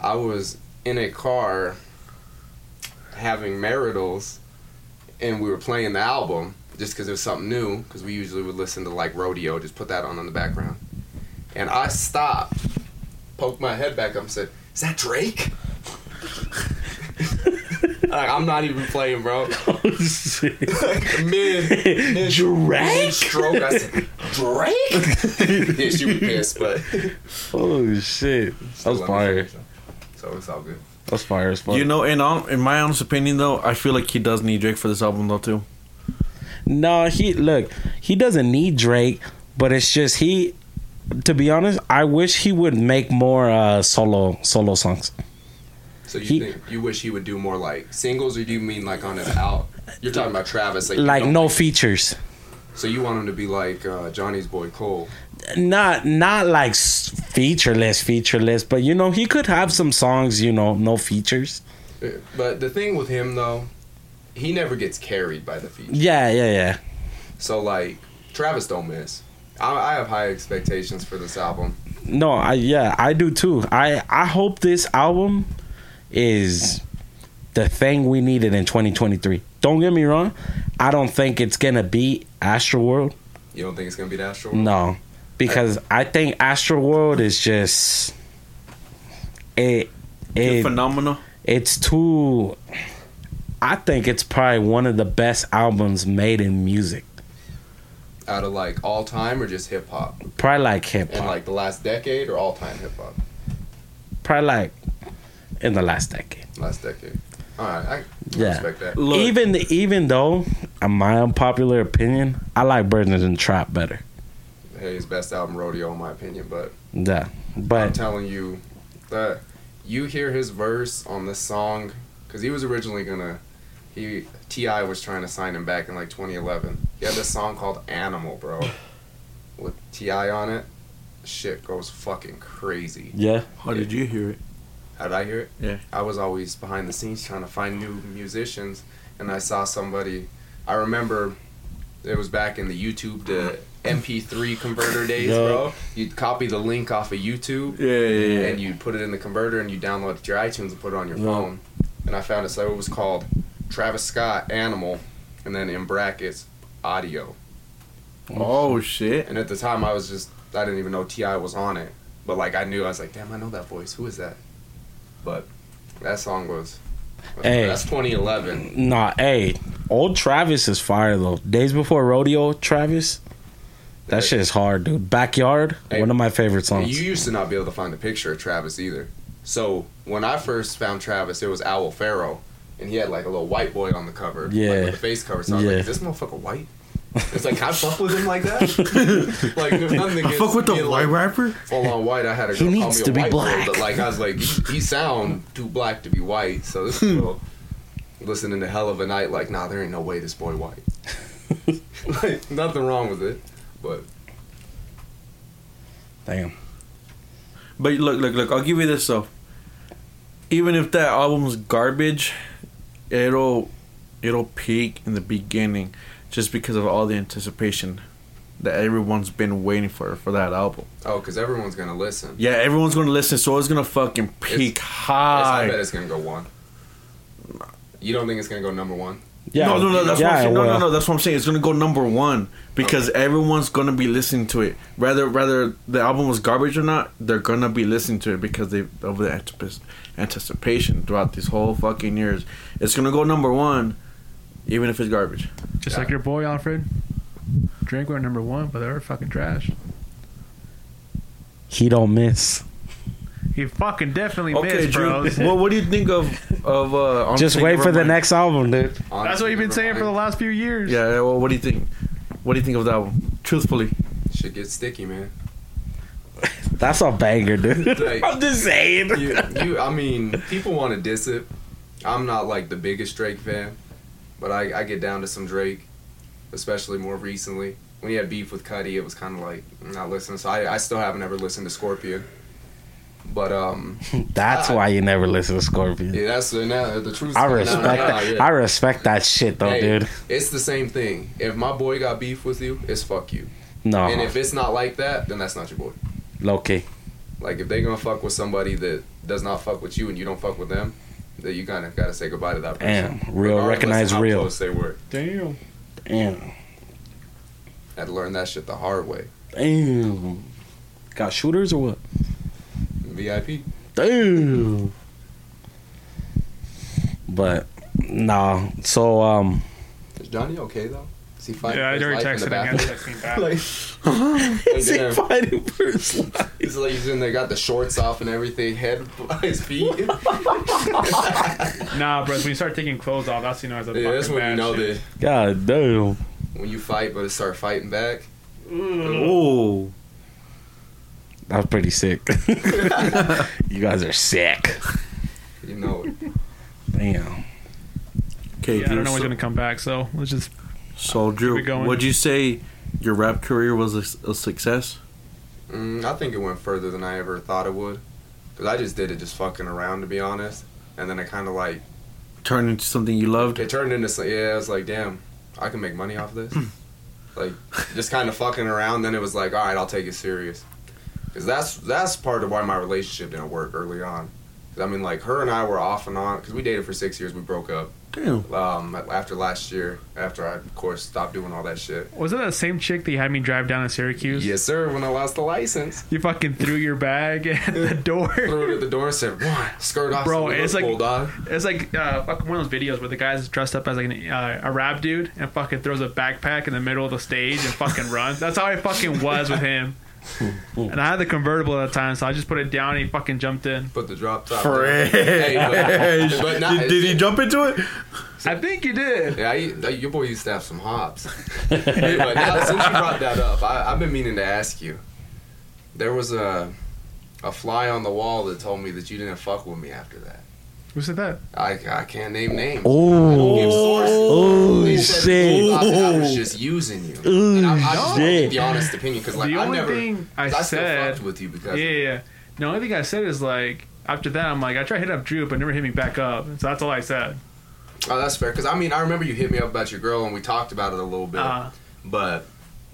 I was in a car having maritals, and we were playing the album just because it was something new. Because we usually would listen to like rodeo, just put that on in the background. And I stopped, poked my head back up, and said, "Is that Drake?" like, I'm not even playing, bro. Mid, mid
Drake?
stroke, I said, "Drake." yeah, she was pissed, but
Oh shit. That was fire.
So it's all good.
That was fire as fuck.
You know, in all, in my honest opinion though, I feel like he does need Drake for this album though too.
No, he look, he doesn't need Drake, but it's just he to be honest, I wish he would make more uh solo solo songs.
So you
He-
think you wish he would do more like singles, or do you mean like on his out? You're talking about Travis, like, you
Like
don't-
no features.
So you want him to be like uh, Johnny's boy Cole?
Not not like s- featureless featureless, but you know, he could have some songs, you know, no features.
But the thing with him though, he never gets carried by the feature.
Yeah, yeah, yeah.
So like Travis don't miss. I, I have high expectations for this album.
No, I yeah, I do too. I I hope this album is the thing we needed in 2023. Don't get me wrong, I don't think it's going to be Astroworld.
You don't think it's gonna be that short?
No, because I, think Astro World is just it, it
Phenomenal.
it's too. I think it's probably one of the best albums made in music.
Out of like all time or just hip hop,
Probably like hip
and
hop.
like the last decade or all time hip hop,
probably like in the last decade.
last decade. All right, I
Yeah.
respect that.
Look.
Even even though, in my unpopular opinion, I like Burden and Trap better.
Hey, his best album, Rodeo, in my opinion, but.
Yeah,
I'm
but
telling you that you hear his verse on this song because he was originally gonna he Ti was trying to sign him back in like 2011. He had this song called Animal, bro, with Ti on it. Shit goes fucking crazy.
yeah,
How did you hear it?
How did I hear it?
Yeah.
I was always behind the scenes trying to find new musicians, and I saw somebody. I remember it was back in the YouTube to MP3 converter days,
Yeah.
bro. You'd copy the link off of YouTube,
Yeah, yeah, yeah.
and you put it in the converter and you download it to your iTunes and put it on your
Yeah.
phone. And I found it. So it was called Travis Scott Animal, and then in brackets audio.
Oh shit.
And at the time, I was just I didn't even know Ti was on it, but like I knew I was like, damn, I know that voice. Who is that? But that song was
Hey.
That's 2011.
Nah, hey, old Travis is fire though. Days before rodeo, Travis. That shit is hard, dude. Backyard,
Hey.
one of my favorite
And
songs.
You used to not be able to find a picture of Travis either. So when I first found Travis, it was Owl Pharaoh, and he had like a little white boy on the cover,
Yeah.
like, with the face cover. So I was
Yeah.
like, "Is this motherfucker white?" It's like, can I fuck with him like that? like, there's nothing
I
against
fuck with the
being,
white
like,
rapper.
Full on white. I had a
He
girl call
needs
me
to
a
be
white boy,
black.
but like I was like, he, he sound too black to be white. So this
Hmm.
girl listening to Hell of a Night, like, nah, there ain't no way this boy white. like, nothing wrong with it, but
Damn.
But look, look, look. I'll give you this though. Even if that album's garbage, it'll it'll peak in the beginning, just because of all the anticipation that everyone's been waiting for for that album.
oh, because everyone's gonna listen.
Yeah, everyone's gonna listen, so it's gonna fucking peak
Yes, I
high.
bet it's gonna go one. You don't think it's gonna go number one?
Yeah.
no, no, no. That's what I'm
yeah,
saying. No, no,
well,
no. That's what I'm saying. It's gonna go number one because everyone's gonna be listening to it. Rather, rather the album was garbage or not, they're gonna be listening to it because they of the antipi- anticipation throughout these whole fucking years. It's gonna go number one, even if it's garbage.
Just
Yeah.
like your boy Alfred. Drink were number one, but they were fucking trash.
He don't miss.
He fucking definitely
Okay,
missed,
Drew.
bro.
well, what do you think of of uh? Honestly,
Just wait for the
Nevermind?
next album, dude.
Honestly,
That's what you've been
never
saying for the
mind.
last few years.
Yeah. yeah, Well, what do you think? What do you think of that album? Truthfully,
Shit gets sticky, man.
That's a banger, dude.
Like-
I'm just saying.
You, you, I mean, people want to diss it. I'm not like the biggest Drake fan, but I, I get down to some Drake, especially more recently. When he had beef with Cuddy, it was kind of like I'm not listening. So I, I still haven't ever listened to Scorpion. But um,
That's why you never listen to Scorpion.
yeah, that's the, now, the truth.
I respect that.
yeah.
I respect that shit though,
Hey,
dude.
It's the same thing. If my boy got beef with you, it's fuck you. And
No,
if it's not like that, then that's not your boy.
low key.
Like if they gonna fuck with somebody that does not fuck with you and you don't fuck with them, that you kind of gotta say goodbye to that person.
Damn, real
Regardless
recognize
of how
real.
Close they were.
Damn. Damn.
I had to learn that shit the hard way.
Damn. Got shooters or what?
VIP.
Damn. But nah. So um,
Is Johnny okay though? Is he fighting?
Yeah, I
for
already
his life
texted
in the
him. I
bathroom?
texted him back.
Like,
is he
damn.
fighting for his life?
he's like he's in there, got the shorts off and everything, head, his feet. yeah,
Nah, bro. When you start taking clothes off, that's you know as a
that's
fucking
when you
bad
know
shit.
that
God damn.
when you fight, but it start fighting back.
oh,
That was pretty sick. you guys are sick.
You know,
Damn.
okay.
Yeah, I
Drew,
don't know when's
so-
gonna come back, so let's just.
So,
we
Drew,
going.
would you say your rap career was a, a success?
Mm, I think it went further than I ever thought it would. Because I just did it just fucking around, to be honest. And then it kind of like,
Turned into something you loved?
it turned into, some- yeah, I was like, damn, I can make money off this. like, just kind of fucking around. Then it was like, all right, I'll take it serious. Because that's, that's part of why my relationship didn't work early on. 'Cause, I mean, like, her and I were off and on. Because we dated for six years. We broke up
Damn.
um, after last year. After I, of course, stopped doing all that shit.
Was it that same chick that you had me drive down to Syracuse?
Yes, sir, when I lost the license.
You fucking threw your bag at the
Threw it
door.
at the door and said, "One skirt off."
Bro,
so we
it's
look
like-
cool, dog."
It's like uh, fucking one of those videos where the guy's dressed up as like an, uh, a rap dude and fucking throws a backpack in the middle of the stage and fucking runs. That's how I fucking was with him. And I had the convertible at the time, so I just put it down and he fucking jumped in.
Put the drop top.
Fresh.
Hey, but- but not-
did, did he jump into it?
I think you did.
Yeah, I, your boy used to have some hops. Hey, but now, since you brought that up, I, I've been meaning to ask you. There was a a fly on the wall that told me that you didn't fuck with me after that.
Who said that?
I, I can't name names. Give
Oh.
sources.
Oh
They said
shit.
I, I was just using you. And I, I just wanna
shit.
get the honest opinion because like
the
I
only
never,
thing I,
I still
said,
fucked with you because
yeah, yeah, yeah. The only thing I said is like after that, I'm like I try to hit up Drew, but never hit me back up. So that's all I said.
oh that's fair because I mean I remember you hit me up about your girl and we talked about it a little bit.
Uh,
but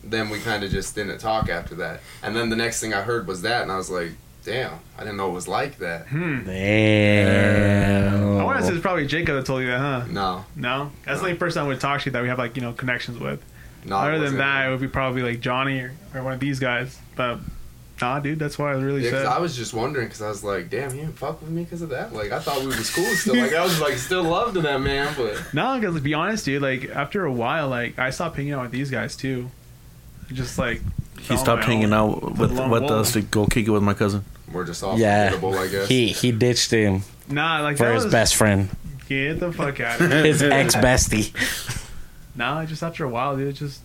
then we kind of just didn't talk after that. And then the next thing I heard was that, and I was like, damn, I didn't know it was like that.
hmm. I want to say
Damn.
it's probably Jacob that told you that, huh?
No,
No, that's the only person I would talk to that we have like you know connections with.
no. it
Other than
wasn't.
that, it would be probably like Johnny or, or one of these guys. But Nah, dude, that's why I really
Yeah,
said.
cause I was just wondering because I was like, damn, he didn't fuck with me because of that. Like I thought we was cool still. Like I was like still love to that man, but
No, because to be honest, dude, like after a while, like I stopped hanging out with these guys too. Just like
He stopped hanging out with
long
with
wall.
us to go kick it with my cousin.
we're just all
Yeah,
forgettable, I guess.
he he ditched him
Nah, like
for
that
his
was,
best friend,
Get the fuck out of here.
his ex bestie.
nah, just after a while, dude, just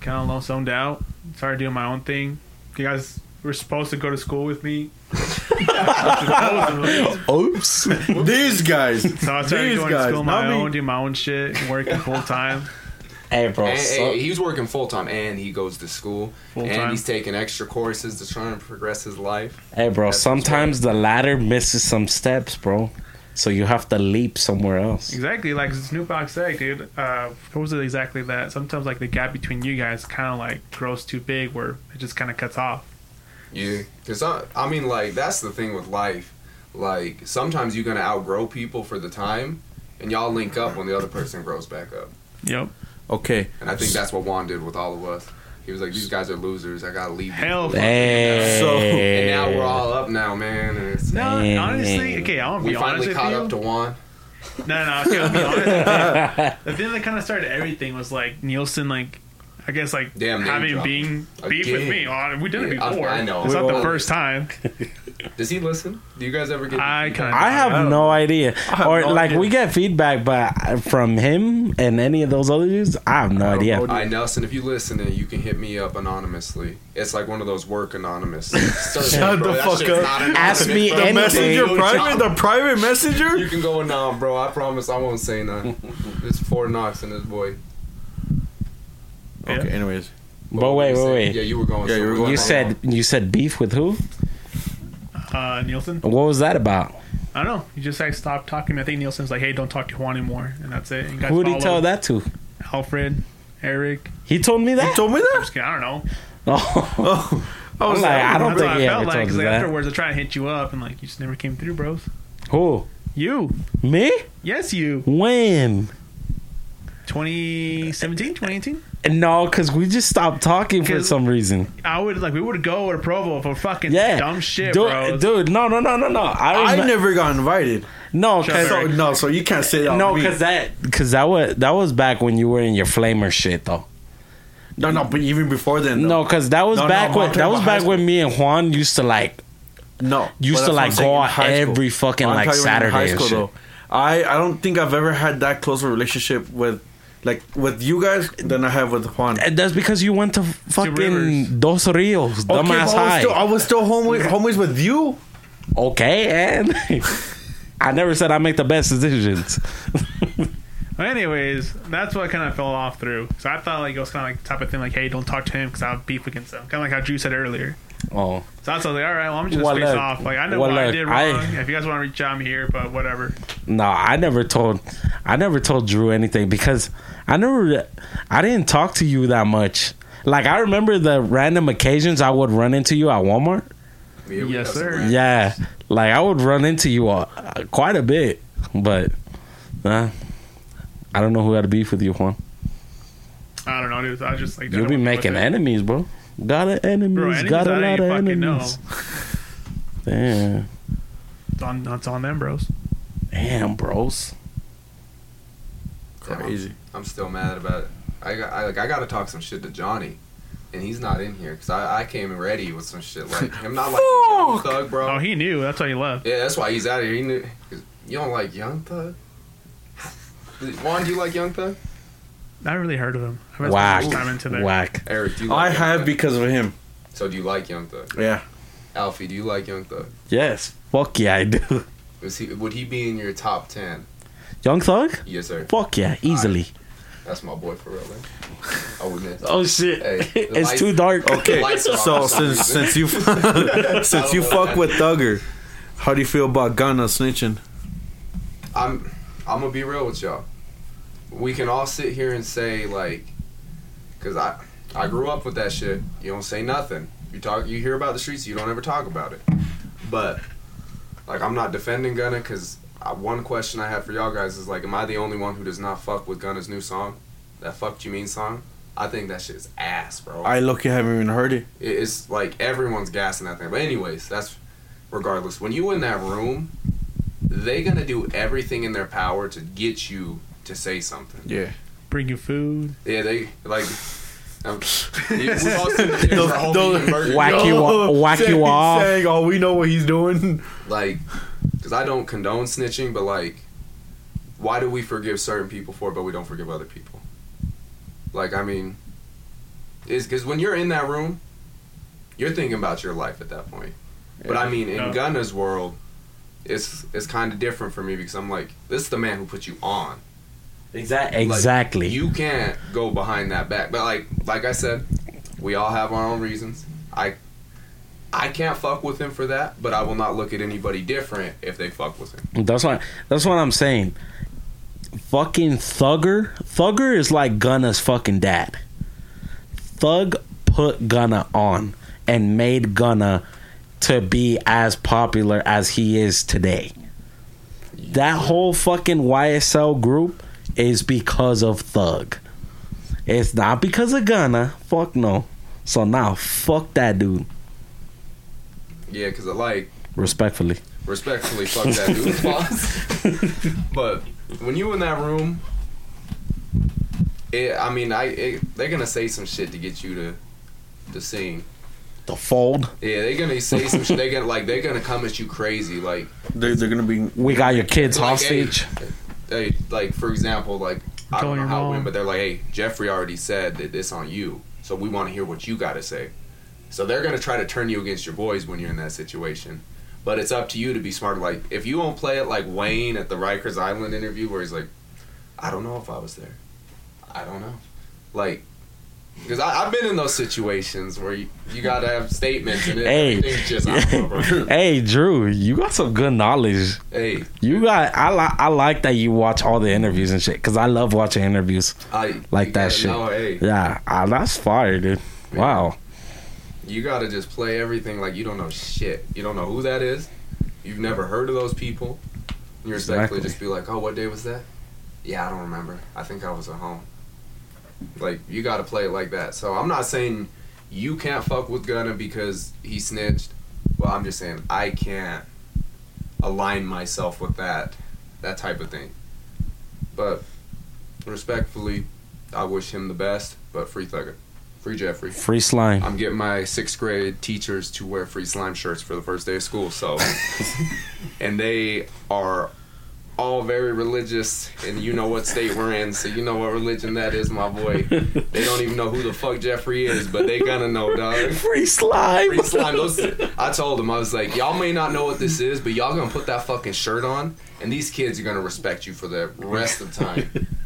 kind of low zoned out. Started doing my own thing. You guys were supposed to go to school with me. Supposedly.
Oops.
These guys.
so I started
These
going to
guys,
school on my
not me.
own, doing my own shit, working full time.
hey, bro.
And,
so-
and he was working full time, and he goes to school,
Full-time.
and he's taking extra courses to try and progress his life.
Hey, bro.
That's
Sometimes the ladder misses some steps, bro. So you have to leap somewhere else.
Exactly, like Snoop Dogg said, dude. Uh, what was it exactly that? Sometimes like the gap between you guys kind of like grows too big, where it just kind of cuts off.
Yeah, because I, I mean, like that's the thing with life. Like sometimes you're gonna outgrow people for the time, and y'all link up when the other person grows back up.
Yep.
Okay.
And I think that's what Juan did with all of us. He was like, "These guys are losers. I gotta leave." you."
Hell,
Hey.
So-
And now we're all up now, man. And it's,
no.
Dang.
Honestly, okay, I'm gonna
we
be honest
finally
with
caught
you.
up to Juan.
No, no, okay, I'll be honest. the thing that kind of started everything was like Nielsen, like I guess like
Damn, name
having
drop.
being beef with
Again.
me. Oh, we did it
Yeah, I-
before.
I know.
It's not
Wait,
the
wait.
first time.
Does he listen? Do you guys ever get?
I kind
I have no idea.
have
or
no
like
idea.
we get feedback, but I- from him and any of those other dudes, I have no
don't
idea.
know, dude.
I Nelson, if you listen, and you can hit me up anonymously. It's like one of those work anonymous. Shut
the fuck up.
Ask me
bro.
anything.
Messenger
Dude,
private, the private
You
messenger.
can go anon, bro. I promise I won't say nothing. It's four knocks and this boy.
Yeah.
Okay. Anyways,
But
were
wait,
you
wait,
saying?
wait.
Yeah, you were going.
Yeah, you were
somewhere.
You said
going
you said beef with who?
of uh, Nielsen.
What was that about?
I don't know. He just like stopped talking. to me. I think Nielsen's like, hey, don't talk to Juan anymore, and that's it. And guys
Who did he
followed
tell that to?
Alfred, Eric.
He told me
you
that.
told me that.
Just kidding, I don't know.
Oh,
Oh, I
I'm
was
like, I
like,
don't
That's what
think
I
he
felt
ever
like.
told
Because
you
like,
that.
afterwards, I try to hit you up, and like you just never came through, bros.
Who?
You,
Me?
yes, you.
When?
2017, 2018.
No, because we just stopped talking for
Because-
some reason.
I would like we would go to Provo for fucking
Yeah,
dumb shit,
dude,
bro.
dude. No, no, no, no, no. I,
I
remember.
never got invited.
No,
Shut
because
up,
So no, so you can't say that.
no,
on me.
because that because that was that was back when you were in your flamer shit though.
no, no. But even before then,
No,
though.
because that was
No, no,
back
I'm
when
talking
that was
about high
back when me and Juan used to like
no.
Used
But
to,
that's
like,
what I'm saying,
go
in
out
high school.
every fucking,
I'm
like,
talking about in
Saturday and shit.
I I don't think I've ever had that close of a relationship with like with you guys than I have with Juan.
And That's because you went to
rivers.
fucking Dos Rios,
Okay, but I
dumbass
was
high.
still- I was still homies, homies with you.
okay, and I never said I make the best decisions.
But anyways, that's what kind of fell off through. So I thought like it was kind of like the type of thing like, hey, don't talk to him because I have beef against him. Kind of like how Drew said earlier.
Oh,
So I was like, all right, well I'm just
Well,
face
look,
off. Like I know
well,
what I
look,
did wrong.
I-
if you guys want to reach out, I'm here. But whatever.
No, I never told I never told Drew anything because I never I didn't talk to you that much. Like I remember the random occasions I would run into you at Walmart.
Yeah, we
Yes,
got some
sir.
rap.
Yeah. Like I would run into you uh, quite a bit, but nah. I don't know who had a beef with you, Juan.
I don't know, dude. I was just like,
You'll be
done with
making
it.
enemies, bro. Got a enemies,
Bro, enemies
got
I
a lot
didn't
of
fucking
enemies.
know.
Damn.
It's on, it's on them, bros.
Damn, bros.
Crazy.
I'm still mad about it. I got I, like I gotta talk some shit to Johnny, and he's not in here because I, I came ready with some shit like him not like Young Thug, bro.
Oh, he knew. That's why he left.
yeah, that's why he's out of here. He knew, 'cause you don't like Young Thug. Juan, do you like Young Thug?
I haven't really heard of him. I haven't
Whack.
spent much time into there.
Whack.
Eric, do you like
I
Young
have
Thug?
because of him.
so do you like Young Thug?
Yeah.
Alfie, do you like Young Thug?
Yes. Fuck yeah, I do.
Is he would he be in your top ten?
Young Thug?
Yes, sir.
Fuck yeah, easily.
That's my boy for real. Man. I wouldn't.
Oh shit,
Hey, the
it's
lights-
too dark.
Okay.
Okay,
Lights are off
so
for some
since
reason.
since you since you fuck with Thugger, how do you feel about Gunna snitching?
I'm I'm gonna be real with y'all. We can all sit here and say like, cause I I grew up with that shit. You don't say nothing. You talk. You hear about the streets. You don't ever talk about it. But like, I'm not defending Gunna because I, one question I have for y'all guys is like, am I the only one who does not fuck with Gunna's new song, that "Fuck You Mean" song? I think that shit's ass, bro.
I look, you haven't even heard it.
It- it's like everyone's gassing that thing. But anyways, that's regardless. When you in that room, they gonna do everything in their power to get you to say something.
Yeah.
Bring you food.
Yeah, they like. Um, we've all seen the picture of Hulk
Don't-
eating burgers.
Whack you wa- whack you
Saying-
off.
saying, oh, we know what he's doing.
like because i don't condone snitching but like why do we forgive certain people for it but we don't forgive other people like i mean is because when you're in that room you're thinking about your life at that point but i mean in
Yeah.
gunna's world it's it's kind of different for me because i'm like this is the man who put you on
Exactly.
Like,
Exactly.
you can't go behind that back. But like like I said, we all have our own reasons. I I can't fuck with him for that, but I will not look at anybody different if they fuck with him.
That's what that's what I'm saying. Fucking Thugger. Thugger is like Gunna's fucking dad. Thug put Gunna on and made Gunna to be as popular as he is today. That whole fucking YSL group is because of Thug. It's not because of Gunna. Fuck no. So now fuck that dude.
Yeah, because like
Respectfully.
respectfully fuck that dude's boss. But when you in that room, it, I mean, I it, they're gonna say some shit to get you to to sing.
The fold.
Yeah, they're gonna say some shit. They're gonna like they're gonna come at you crazy. Like
They're, they're gonna be.
We got your kids
Like, hey,
hostage.
hey, like for example, like I
Tell
don't know
your
how it went,
mom.
but they're like, hey, Jeffrey already said that this on you, so we want to hear what you got to say. So they're gonna try to turn you against your boys when you're in that situation. But it's up to you to be smart. Like if you won't play it like Wayne at the Rikers Island interview, where he's like, I don't know if I was there. I don't know. Like. Because I, I've been in those situations where you, you gotta have statements and it,
Hey.
everything's just I don't know, bro.
hey, Drew, you got some good knowledge.
hey,
You got I like I like that you watch all the interviews and shit because I love watching interviews.
I
Like
you
that
gotta
shit.
know, hey,
Yeah, ah, that's fire, dude. Wow.
you gotta just play everything like you don't know shit. You don't know who that is. You've never heard of those people. You respectfully
Exactly.
just be like, oh, what day was that? Yeah, I don't remember. I think I was at home. Like, you gotta play it like that. So I'm not saying you can't fuck with Gunna because he snitched. Well, I'm just saying I can't align myself with that, that type of thing. But respectfully, I wish him the best. But free Thugger, free Jeffrey.
Free slime.
I'm getting my sixth grade teachers to wear free slime shirts for the first day of school. So, and they are all very religious, and you know what state we're in, so you know what religion that is, my boy. They don't even know who the fuck Jeffrey is, but they gonna know, dog.
Free slime.
Free slime. Those, I told them I was like, y'all may not know what this is, but y'all gonna put that fucking shirt on, and these kids are gonna respect you for the rest of time.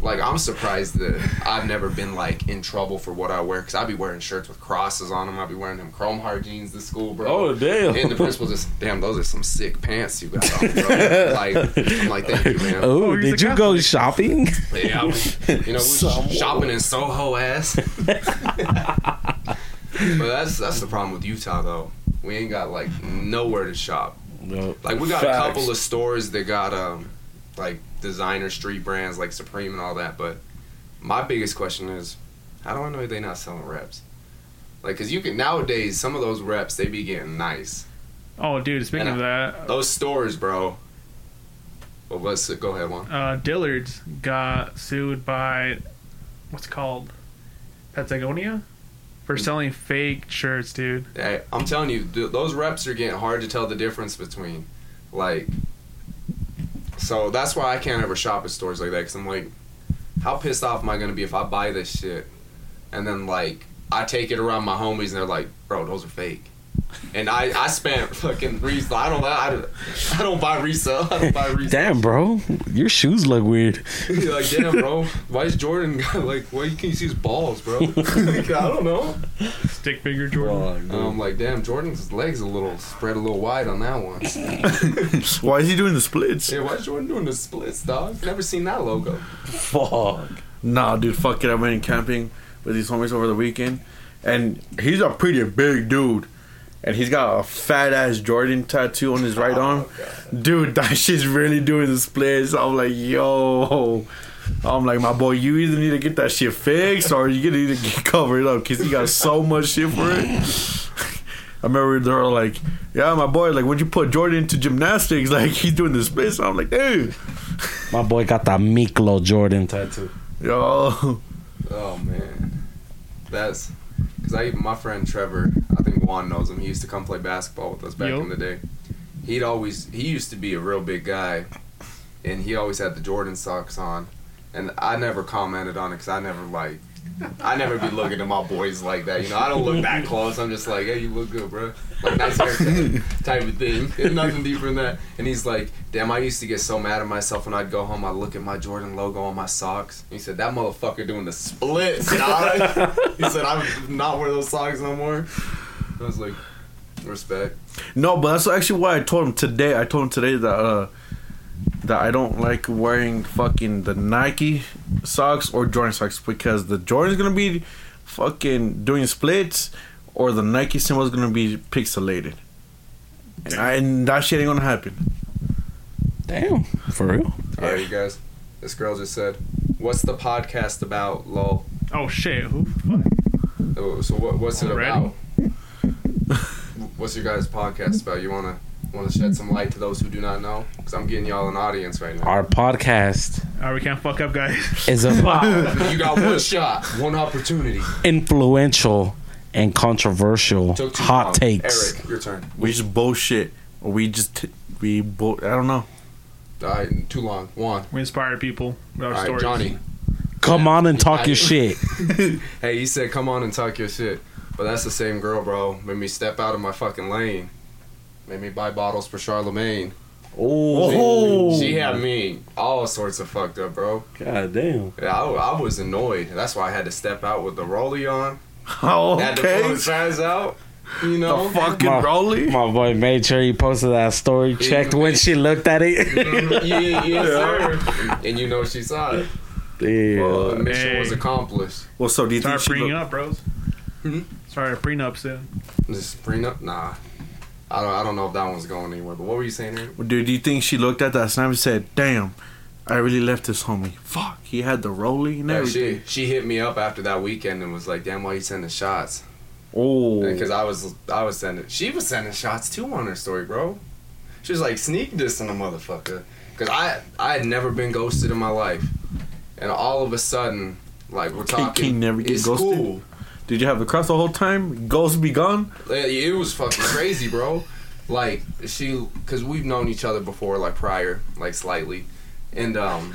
Like I'm surprised that I've never been like in trouble for what I wear, cause I be wearing shirts with crosses on them. I be wearing them chrome hard jeans to school, bro.
Oh damn.
And the principal just, damn, those are some sick pants you got on, bro. like, I'm like, thank you, man.
Oh,
he's
did
a
you go shopping?
Yeah, I was, you know, we
Somewhat.
was shopping in Soho ass. but that's that's the problem with Utah though. We ain't got like nowhere to shop.
No.
Like we got
Facts.
a couple of stores that got um like designer street brands like Supreme and all that. But my biggest question is, how do I know they not selling reps? Like, cause you can nowadays some of those reps they be getting nice.
Oh, dude. Speaking of that,
Those stores, bro. Well, let's go ahead, Juan.
uh, Dillard's got sued by what's it called Patagonia for
Hmm.
selling fake shirts, dude.
Hey, I'm telling you, th- those reps are getting hard to tell the difference between, like. So that's why I can't ever shop at stores like that because I'm like, how pissed off am I gonna be if I buy this shit, and then like I take it around my homies and they're like, bro, those are fake. And I, I spent fucking resell. I don't I don't, I don't buy resell. I don't buy resell.
Damn, bro, your shoes look weird.
like damn, bro. Why is Jordan got, like? Why can you see his balls, bro? Like, I don't know.
Stick figure Jordan.
And I'm like, damn, Jordan's legs a little spread a little wide on that one.
Why is he doing the splits?
Yeah, why is Jordan doing the splits, dog? Never seen that logo.
Fuck.
Nah, dude, fuck it. I went camping with these homies over the weekend, and he's a pretty big dude, and he's got a fat ass Jordan tattoo on his right arm. Dude, that shit's really doing the splits. I'm like, yo, I'm like, my boy, you either need to get that shit fixed or you gonna need to get covered up because you got so much shit for it. I remember they were like, yeah, my boy, like when you put Jordan into gymnastics, like he's doing the spits. I'm like, dude,
My boy got that Miklo Jordan tattoo.
yo,
Oh man, that's because I my friend Trevor. I think Juan knows him. He used to come play basketball with us back
Yo.
in the day. He'd always he used to be a real big guy, and he always had the Jordan socks on. And I never commented on it because I never like I never be looking at my boys like that. You know, I don't look that close. I'm just like, hey, you look good, bro. Like nice haircut type of thing. Nothing deeper than that. And he's like, damn, I used to get so mad at myself when I'd go home. I'd look at my Jordan logo on my socks. He said, that motherfucker doing the splits, dog. he said, I'm not wear those socks no more. I was like, respect.
no, but that's actually why I told him today. I told him today that uh that I don't like wearing fucking the Nike socks or Jordan socks because the Jordan's gonna be fucking doing splits or the Nike symbol's gonna be pixelated. And, I, and that shit ain't gonna happen.
Damn, for real.
All right, you guys. This girl just said, what's the podcast about, lol?
Oh shit! Who?
uh,
Oh, so what, what's it
Already?
about? what's your guys' podcast about? You wanna wanna shed some light to those who do not know? Because I'm getting y'all an audience right now.
Our podcast
All right, we can't fuck up, guys.
is about
you got one shot, one opportunity.
influential and controversial
Took too long.
hot takes.
Eric, your turn.
We just bullshit. Or we just t- we bull. I don't know.
All right, too long. Juan.
We inspire people with our
All right,
stories.
Johnny.
Come on and talk your shit.
Hey, he said, come on and talk your shit. But that's the same girl, bro. Made me step out of my fucking lane. Made me buy bottles for Charlemagne.
Oh,
She had me all sorts of fucked up, bro.
god damn.
Yeah, I, I was annoyed. That's why I had to step out with the rollie on. Had to pull
oh, Okay.
the signs out. You know?
The fucking
My-
Rolly.
My boy made sure he posted that story, checked when she looked at it.
Mhm, yeah, yeah, sir. And you know she saw it.
Damn.
The mission was
Hey.
accomplished.
Well, so do you
Start
think she
bringing
look-
up, bros.
Hmm?
Sorry, prenup soon.
This prenup? Nah. I don't, I don't know if that one's going anywhere, but what were you saying here?
Dude, do you think she looked at that snap and said, "Damn, I really left this homie. Fuck, he had the Rolly and
Yeah,
everything."
she, she hit me up after that weekend and was like, damn, why you sending shots?
oh,
Because I was I was sending she was sending shots too on her story, bro. She was like sneak dissing a motherfucker. Cause I I had never been ghosted in my life, and all of a sudden, like we're
Can- can
talking,
you never get
it's
ghosted?
cool.
did you have the cross the whole time? Ghost be gone.
It, it was fucking crazy, bro. Like she, cause we've known each other before, like prior, like slightly, and um,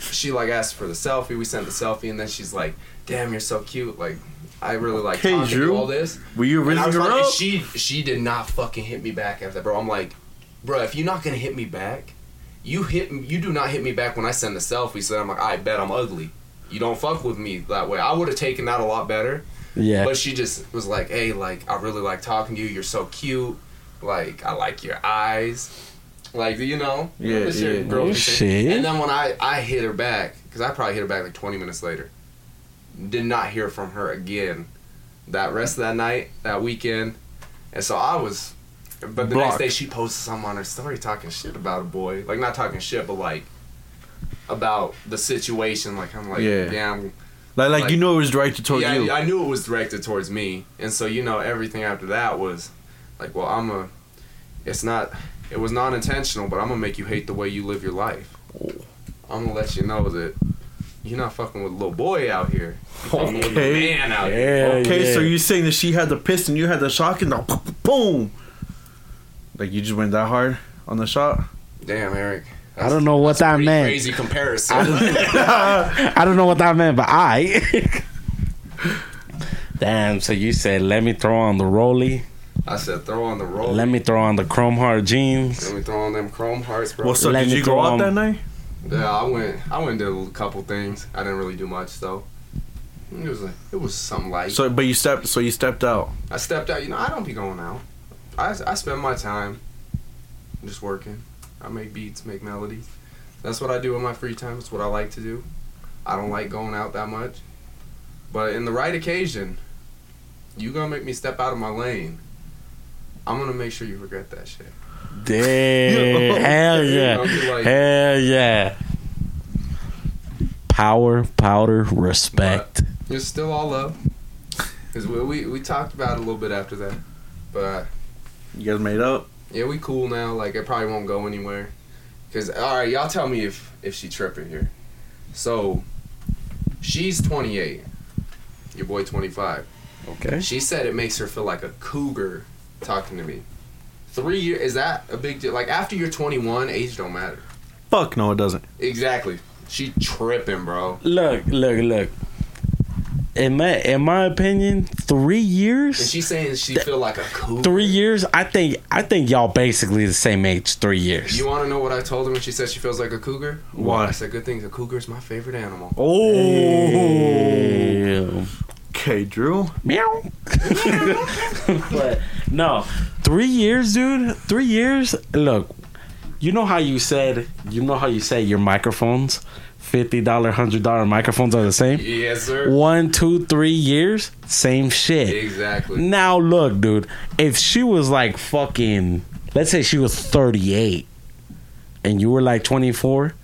she like asked for the selfie. We sent the selfie, and then she's like, "Damn, you're so cute. Like, I really like
Okay,
talking
Drew.
to all this."
Were you
And I
rizzing
was
her
like,
up?
she she did not fucking hit me back after that, bro. I'm like, bro, if you're not gonna hit me back, you hit you do not hit me back when I send the selfie. So then I'm like, I bet I'm ugly. You don't fuck with me that way. I would have taken that a lot better.
Yeah.
But she just was like, hey, like I really like talking to you. You're so cute. Like I like your eyes. Like you know,
Yeah,
this shit
yeah.
girl
Oh,
be saying.
shit.
And then when I I hit her back, because I probably hit her back like 20 minutes later. Did not hear from her again. That rest of that night, that weekend, and so I was. But the next
Blocked.
day, she posted something on her story talking shit about a boy. Like not talking shit, but like about the situation. Like I'm like,
Yeah.
damn,
like, like,
like-
you know, it was directed towards
yeah,
you.
I, I knew it was directed towards me, and so you know everything after that was like, well, I'm a. It's not. It was non intentional, but I'm gonna make you hate the way you live your life. I'm gonna let you know that you're not fucking with a little boy out here. You're fucking with a
Okay.
man out here.
Yeah,
okay,
yeah.
so you saying that she had the piss and you had the shock and the boom? Like you just went that hard on the shot?
Damn, Eric.
I don't know what that
Pretty
meant.
Crazy comparison.
I don't know what that meant, but I. Damn, so you said, let me throw on the rolly.
I said, throw on the roll.
Let me throw on the chrome hard jeans.
Let me throw on them chrome hearts, bro.
Well, so
Let
did
me
you go
throw
out that
him-
night?
Yeah, I went. I went and did a couple things. I didn't really do much though. It was like it was something like.
So, but you stepped. So you stepped out.
I stepped out. You know, I don't be going out. I, I spend my time just working. I make beats, make melodies. That's what I do in my free time. It's what I like to do. I don't like going out that much. But in the right occasion, you gonna make me step out of my lane. I'm gonna make sure you regret that shit.
Damn. Hell yeah.
I'll be like-
Hell yeah. power, powder, respect.
It's still all love. Cause we, we we talked about it a little bit after that, but
You guys made up.
yeah, we cool now. Like it probably won't go anywhere. Cause all right, y'all tell me if if she tripping here. So, she's 28. Your boy 25.
Okay.
She said it makes her feel like a cougar talking to me. Three years is that a big deal? Like after you're 21, age don't matter.
Fuck no, it doesn't.
Exactly. She tripping, bro.
Look, look, look. In my in my opinion, three
And
years.
she's saying she feel like a cougar.
Three years. I think I think y'all basically the same age. Three years.
You want to know what I told her when she said she feels like a cougar?
Why?
I said, good thing a cougar's my favorite animal.
Oh.
Damn.
Okay, Drew.
Meow. but no, three years, dude. Three years. Look, you know how you said you know how you say your microphones, fifty dollar, hundred dollar microphones are the same.
Yes, sir.
One, two, three years, same shit.
Exactly.
Now look, dude. If she was like fucking, let's say she was thirty eight, and you were like twenty four,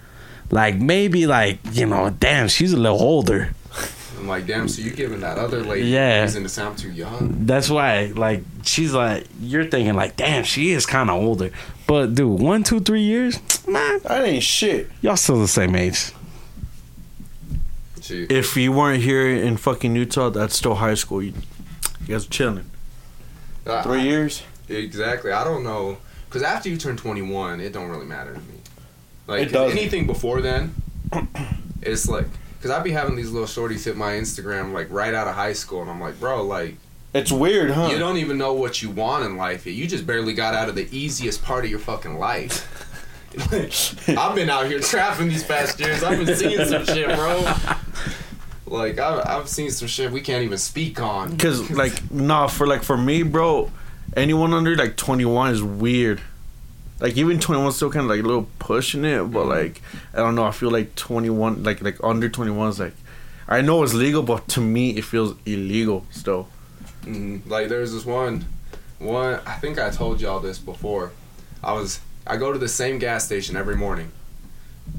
like maybe like you know, damn, she's a little older.
I'm like, damn, so you giving that other lady
Yeah.
reason to sound too young.
That's why, like, she's like, you're thinking, like, damn, she is kind of older. But, dude, one, two, three years, nah,
That ain't shit.
y'all still the same age.
She,
If you weren't here in fucking Utah, that's still high school. You, you guys are chilling.
Uh, I-
Three years.
Exactly. I don't know. Because after you turn 21, it don't really matter to me.
It
Like, 'cause
doesn't.
anything before then, it's like, because I'd be having these little shorties hit my Instagram, like, right out of high school. And I'm like, bro, like,
It's weird, huh?
you don't even know what you want in life yet. You just barely got out of the easiest part of your fucking life. I've been out here trapping these past years. I've been seeing some shit, bro. Like, I've, I've seen some shit we can't even speak on.
Cause like nah, for like for me, bro, anyone under like twenty one is weird. Like even twenty one still kind of like a little pushing it, but like I don't know. I feel like twenty one, like like under twenty one is like, I know it's legal, but to me it feels illegal still.
Mhm. Like there's this one, one. I think I told y'all this before. I was I go to the same gas station every morning.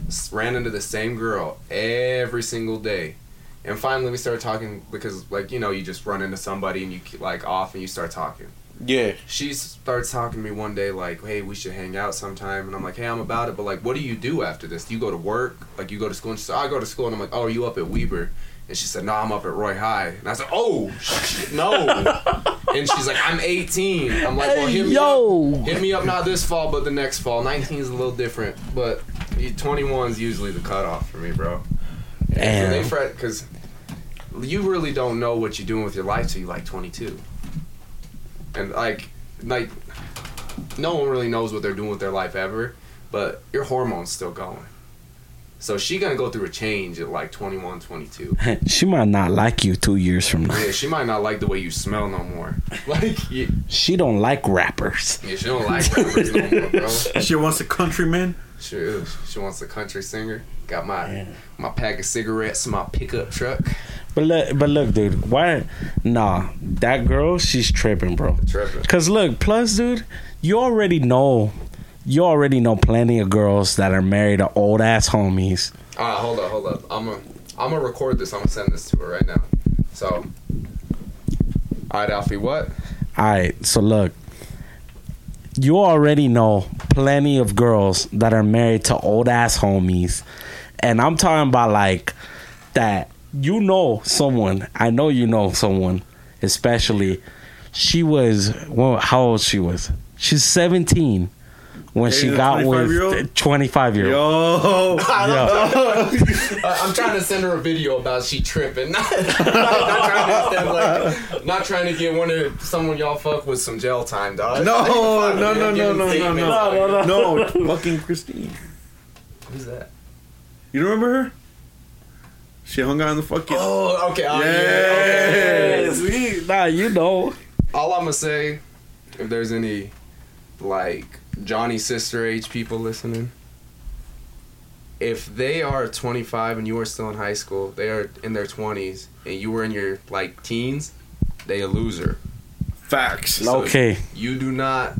S- Ran into the same girl every single day, and finally we started talking because like you know you just run into somebody and you ke- like off and you start talking.
Yeah.
She starts talking to me one day like, hey, we should hang out sometime, and I'm like, hey, I'm about it, but like, what do you do after this? Do you go to work? Like you go to school? And she said, I go to school, and I'm like, oh, are you up at Weber? And she said, no, I'm up at Roy High, and I said, oh, sh- no. And she's like, I'm 18. I'm like, well, hit me
Yo.
up. Hit me up not this fall, but the next fall. 19 is a little different, but 21 is usually the cutoff for me, bro. And so they
Damn.
fret because you really don't know what you're doing with your life till you like 22, and like, like, no one really knows what they're doing with their life ever, but your hormones still going. So she gonna go through a change at like 21, 22.
She might not like you two years from now.
Yeah, she might not like the way you smell no more. Like, you,
She don't like rappers.
Yeah, she don't like rappers no more, bro.
She wants a countryman.
She, ugh, she wants a country singer. Got my my pack of cigarettes, my pickup truck.
But look, but look, dude, why? Nah, that girl, she's tripping, bro.
Tripping.
Cause look, plus, dude, you already know, you already know plenty of girls that are married to old ass homies.
All right, hold up, hold up. I'm gonna I'm gonna record this. I'm gonna send this to her right now. So, all right, Alfie, what?
All right, so look, you already know plenty of girls that are married to old ass homies, and I'm talking about like that. You know someone. I know you know someone, especially. She was well, how old she was? She's 17 when she
Hey, the
got
25 year old?
with 25 year old.
Yo.
Yeah.
I- I'm trying to send her a video about she tripping. not, not trying to send, like, not trying to get one of someone y'all fuck with some jail time, dog.
No, no, no, no, no, no,
No,
no, no, no. Fucking Christine.
Who's that?
You remember her? She hung out in the fucking.
Oh, okay. Oh, yeah. okay.
Yes.
Nah, you know.
all I'm gonna say, if there's any like Johnny sister age people listening, if they are 25 and you are still in high school, they are in their 20s and you were in your like teens, they a loser.
Facts.
So-
Okay.
You do not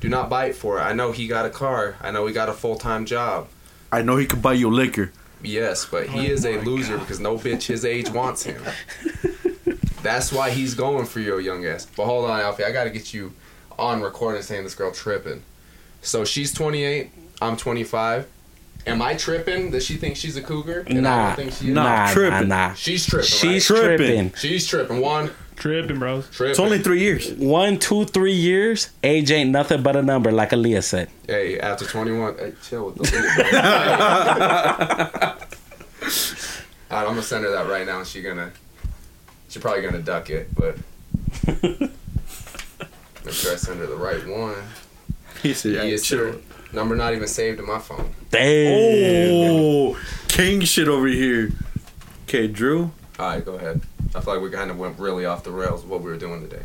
do not bite for it. I know he got a car. I know he got a full time job.
I know he could buy you liquor.
Yes, but he is a loser because no bitch his age wants him. That's why he's going for your young ass. But hold on, Alfie, I gotta get you on recording saying this girl tripping. So she's 28, I'm 25. Am I tripping that she thinks she's a cougar? And I
Nah,
don't think she is.
nah, nah,
tripping.
nah.
She's tripping.
She's
right?
Tripping.
tripping.
she's tripping. One
Tripping, bros.
tripping.
It's only three years.
One, two, three years, age ain't nothing but a number, like Aaliyah said.
Hey, after 21, hey, chill with the lead, bro. Alright, I'm gonna send her that right now, and she gonna, she probably gonna duck it, but make sure I send her the right one.
He said,
Yeah, it's her number not even saved in my phone.
Damn.
Oh, king shit over here. Okay, Drew.
All right, go ahead. I feel like we kind of went really off the rails with what we were doing today,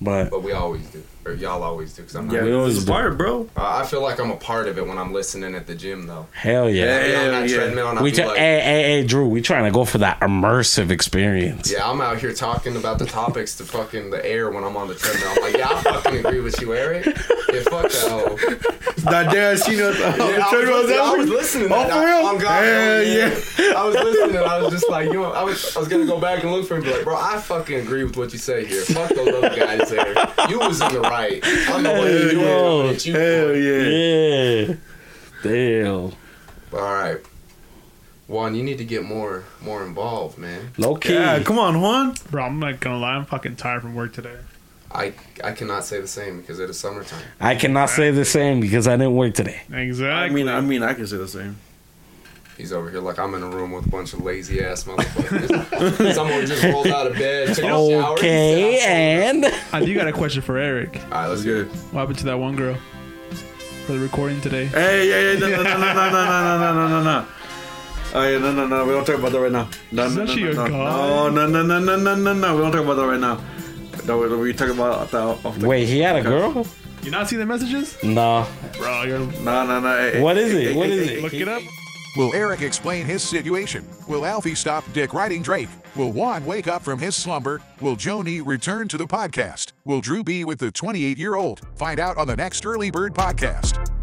But
but we always do, or y'all always do, because I'm not.
Yeah,
we
we
always
always
do.
part, bro.
I I feel like I'm a part of it when I'm listening at the gym, though.
hell yeah.
I'll be on that
yeah.
treadmill and I'll
We
be
just,
like-
hey, hey, hey, Drew, we trying to go for that immersive experience.
Yeah, I'm out here talking about the topics to fucking the air when I'm on the treadmill. I'm like, yeah, I fucking agree with you, Eric. Yeah, fuck that hoe.
That damn, she knows. Oh,
Yeah, I, was listening, I was listening. to
Oh,
that.
for real?
Oh, God,
Hell
yeah. I was listening. I was just like, you know, I was, I was gonna go back and look for him, but like, bro, I fucking agree with what you say here. Fuck those other guys there. You was in the right. I know what you're doing. I know what you
Hell
doing.
yeah.
Yeah. Damn.
All right, Juan, you need to get more more involved, man.
Low key.
Yeah, come on, Juan.
Bro, I'm not gonna lie. I'm fucking tired from work today.
I I cannot say the same because it is summertime.
I cannot say the same because I didn't work today.
I
Exactly.
mean, I mean, I can say the same.
He's over here like I'm in a room with a bunch of lazy ass motherfuckers. Someone just rolled out of bed, took a shower.
Okay, and
I do got a question for Eric.
All right,
That's
let's get
good.
it.
What happened to that one girl for the recording today?
Hey, yeah, yeah, no, no, no, no, no, no, no, no, no, no, no. Oh yeah, no, no, no. We don't talk about that right now. No,
She's
no, no,
actually
no,
a
no, no,
god.
no, no, no, no, no, no, no. We don't talk about that right now. No, we, we talk about that. Off the,
wait, he had a girl?
You not see the messages?
No.
Bro, you're
No, no, no. Hey,
What
hey,
is
hey,
it?
hey,
What
hey,
is
hey,
it?
look it up.
Will Eric explain his situation? Will Alfie stop dick riding Drake? Will Juan wake up from his slumber? Will Joni return to the podcast? Will Drew be with the 28 year old? Find out on the next Early Bird podcast.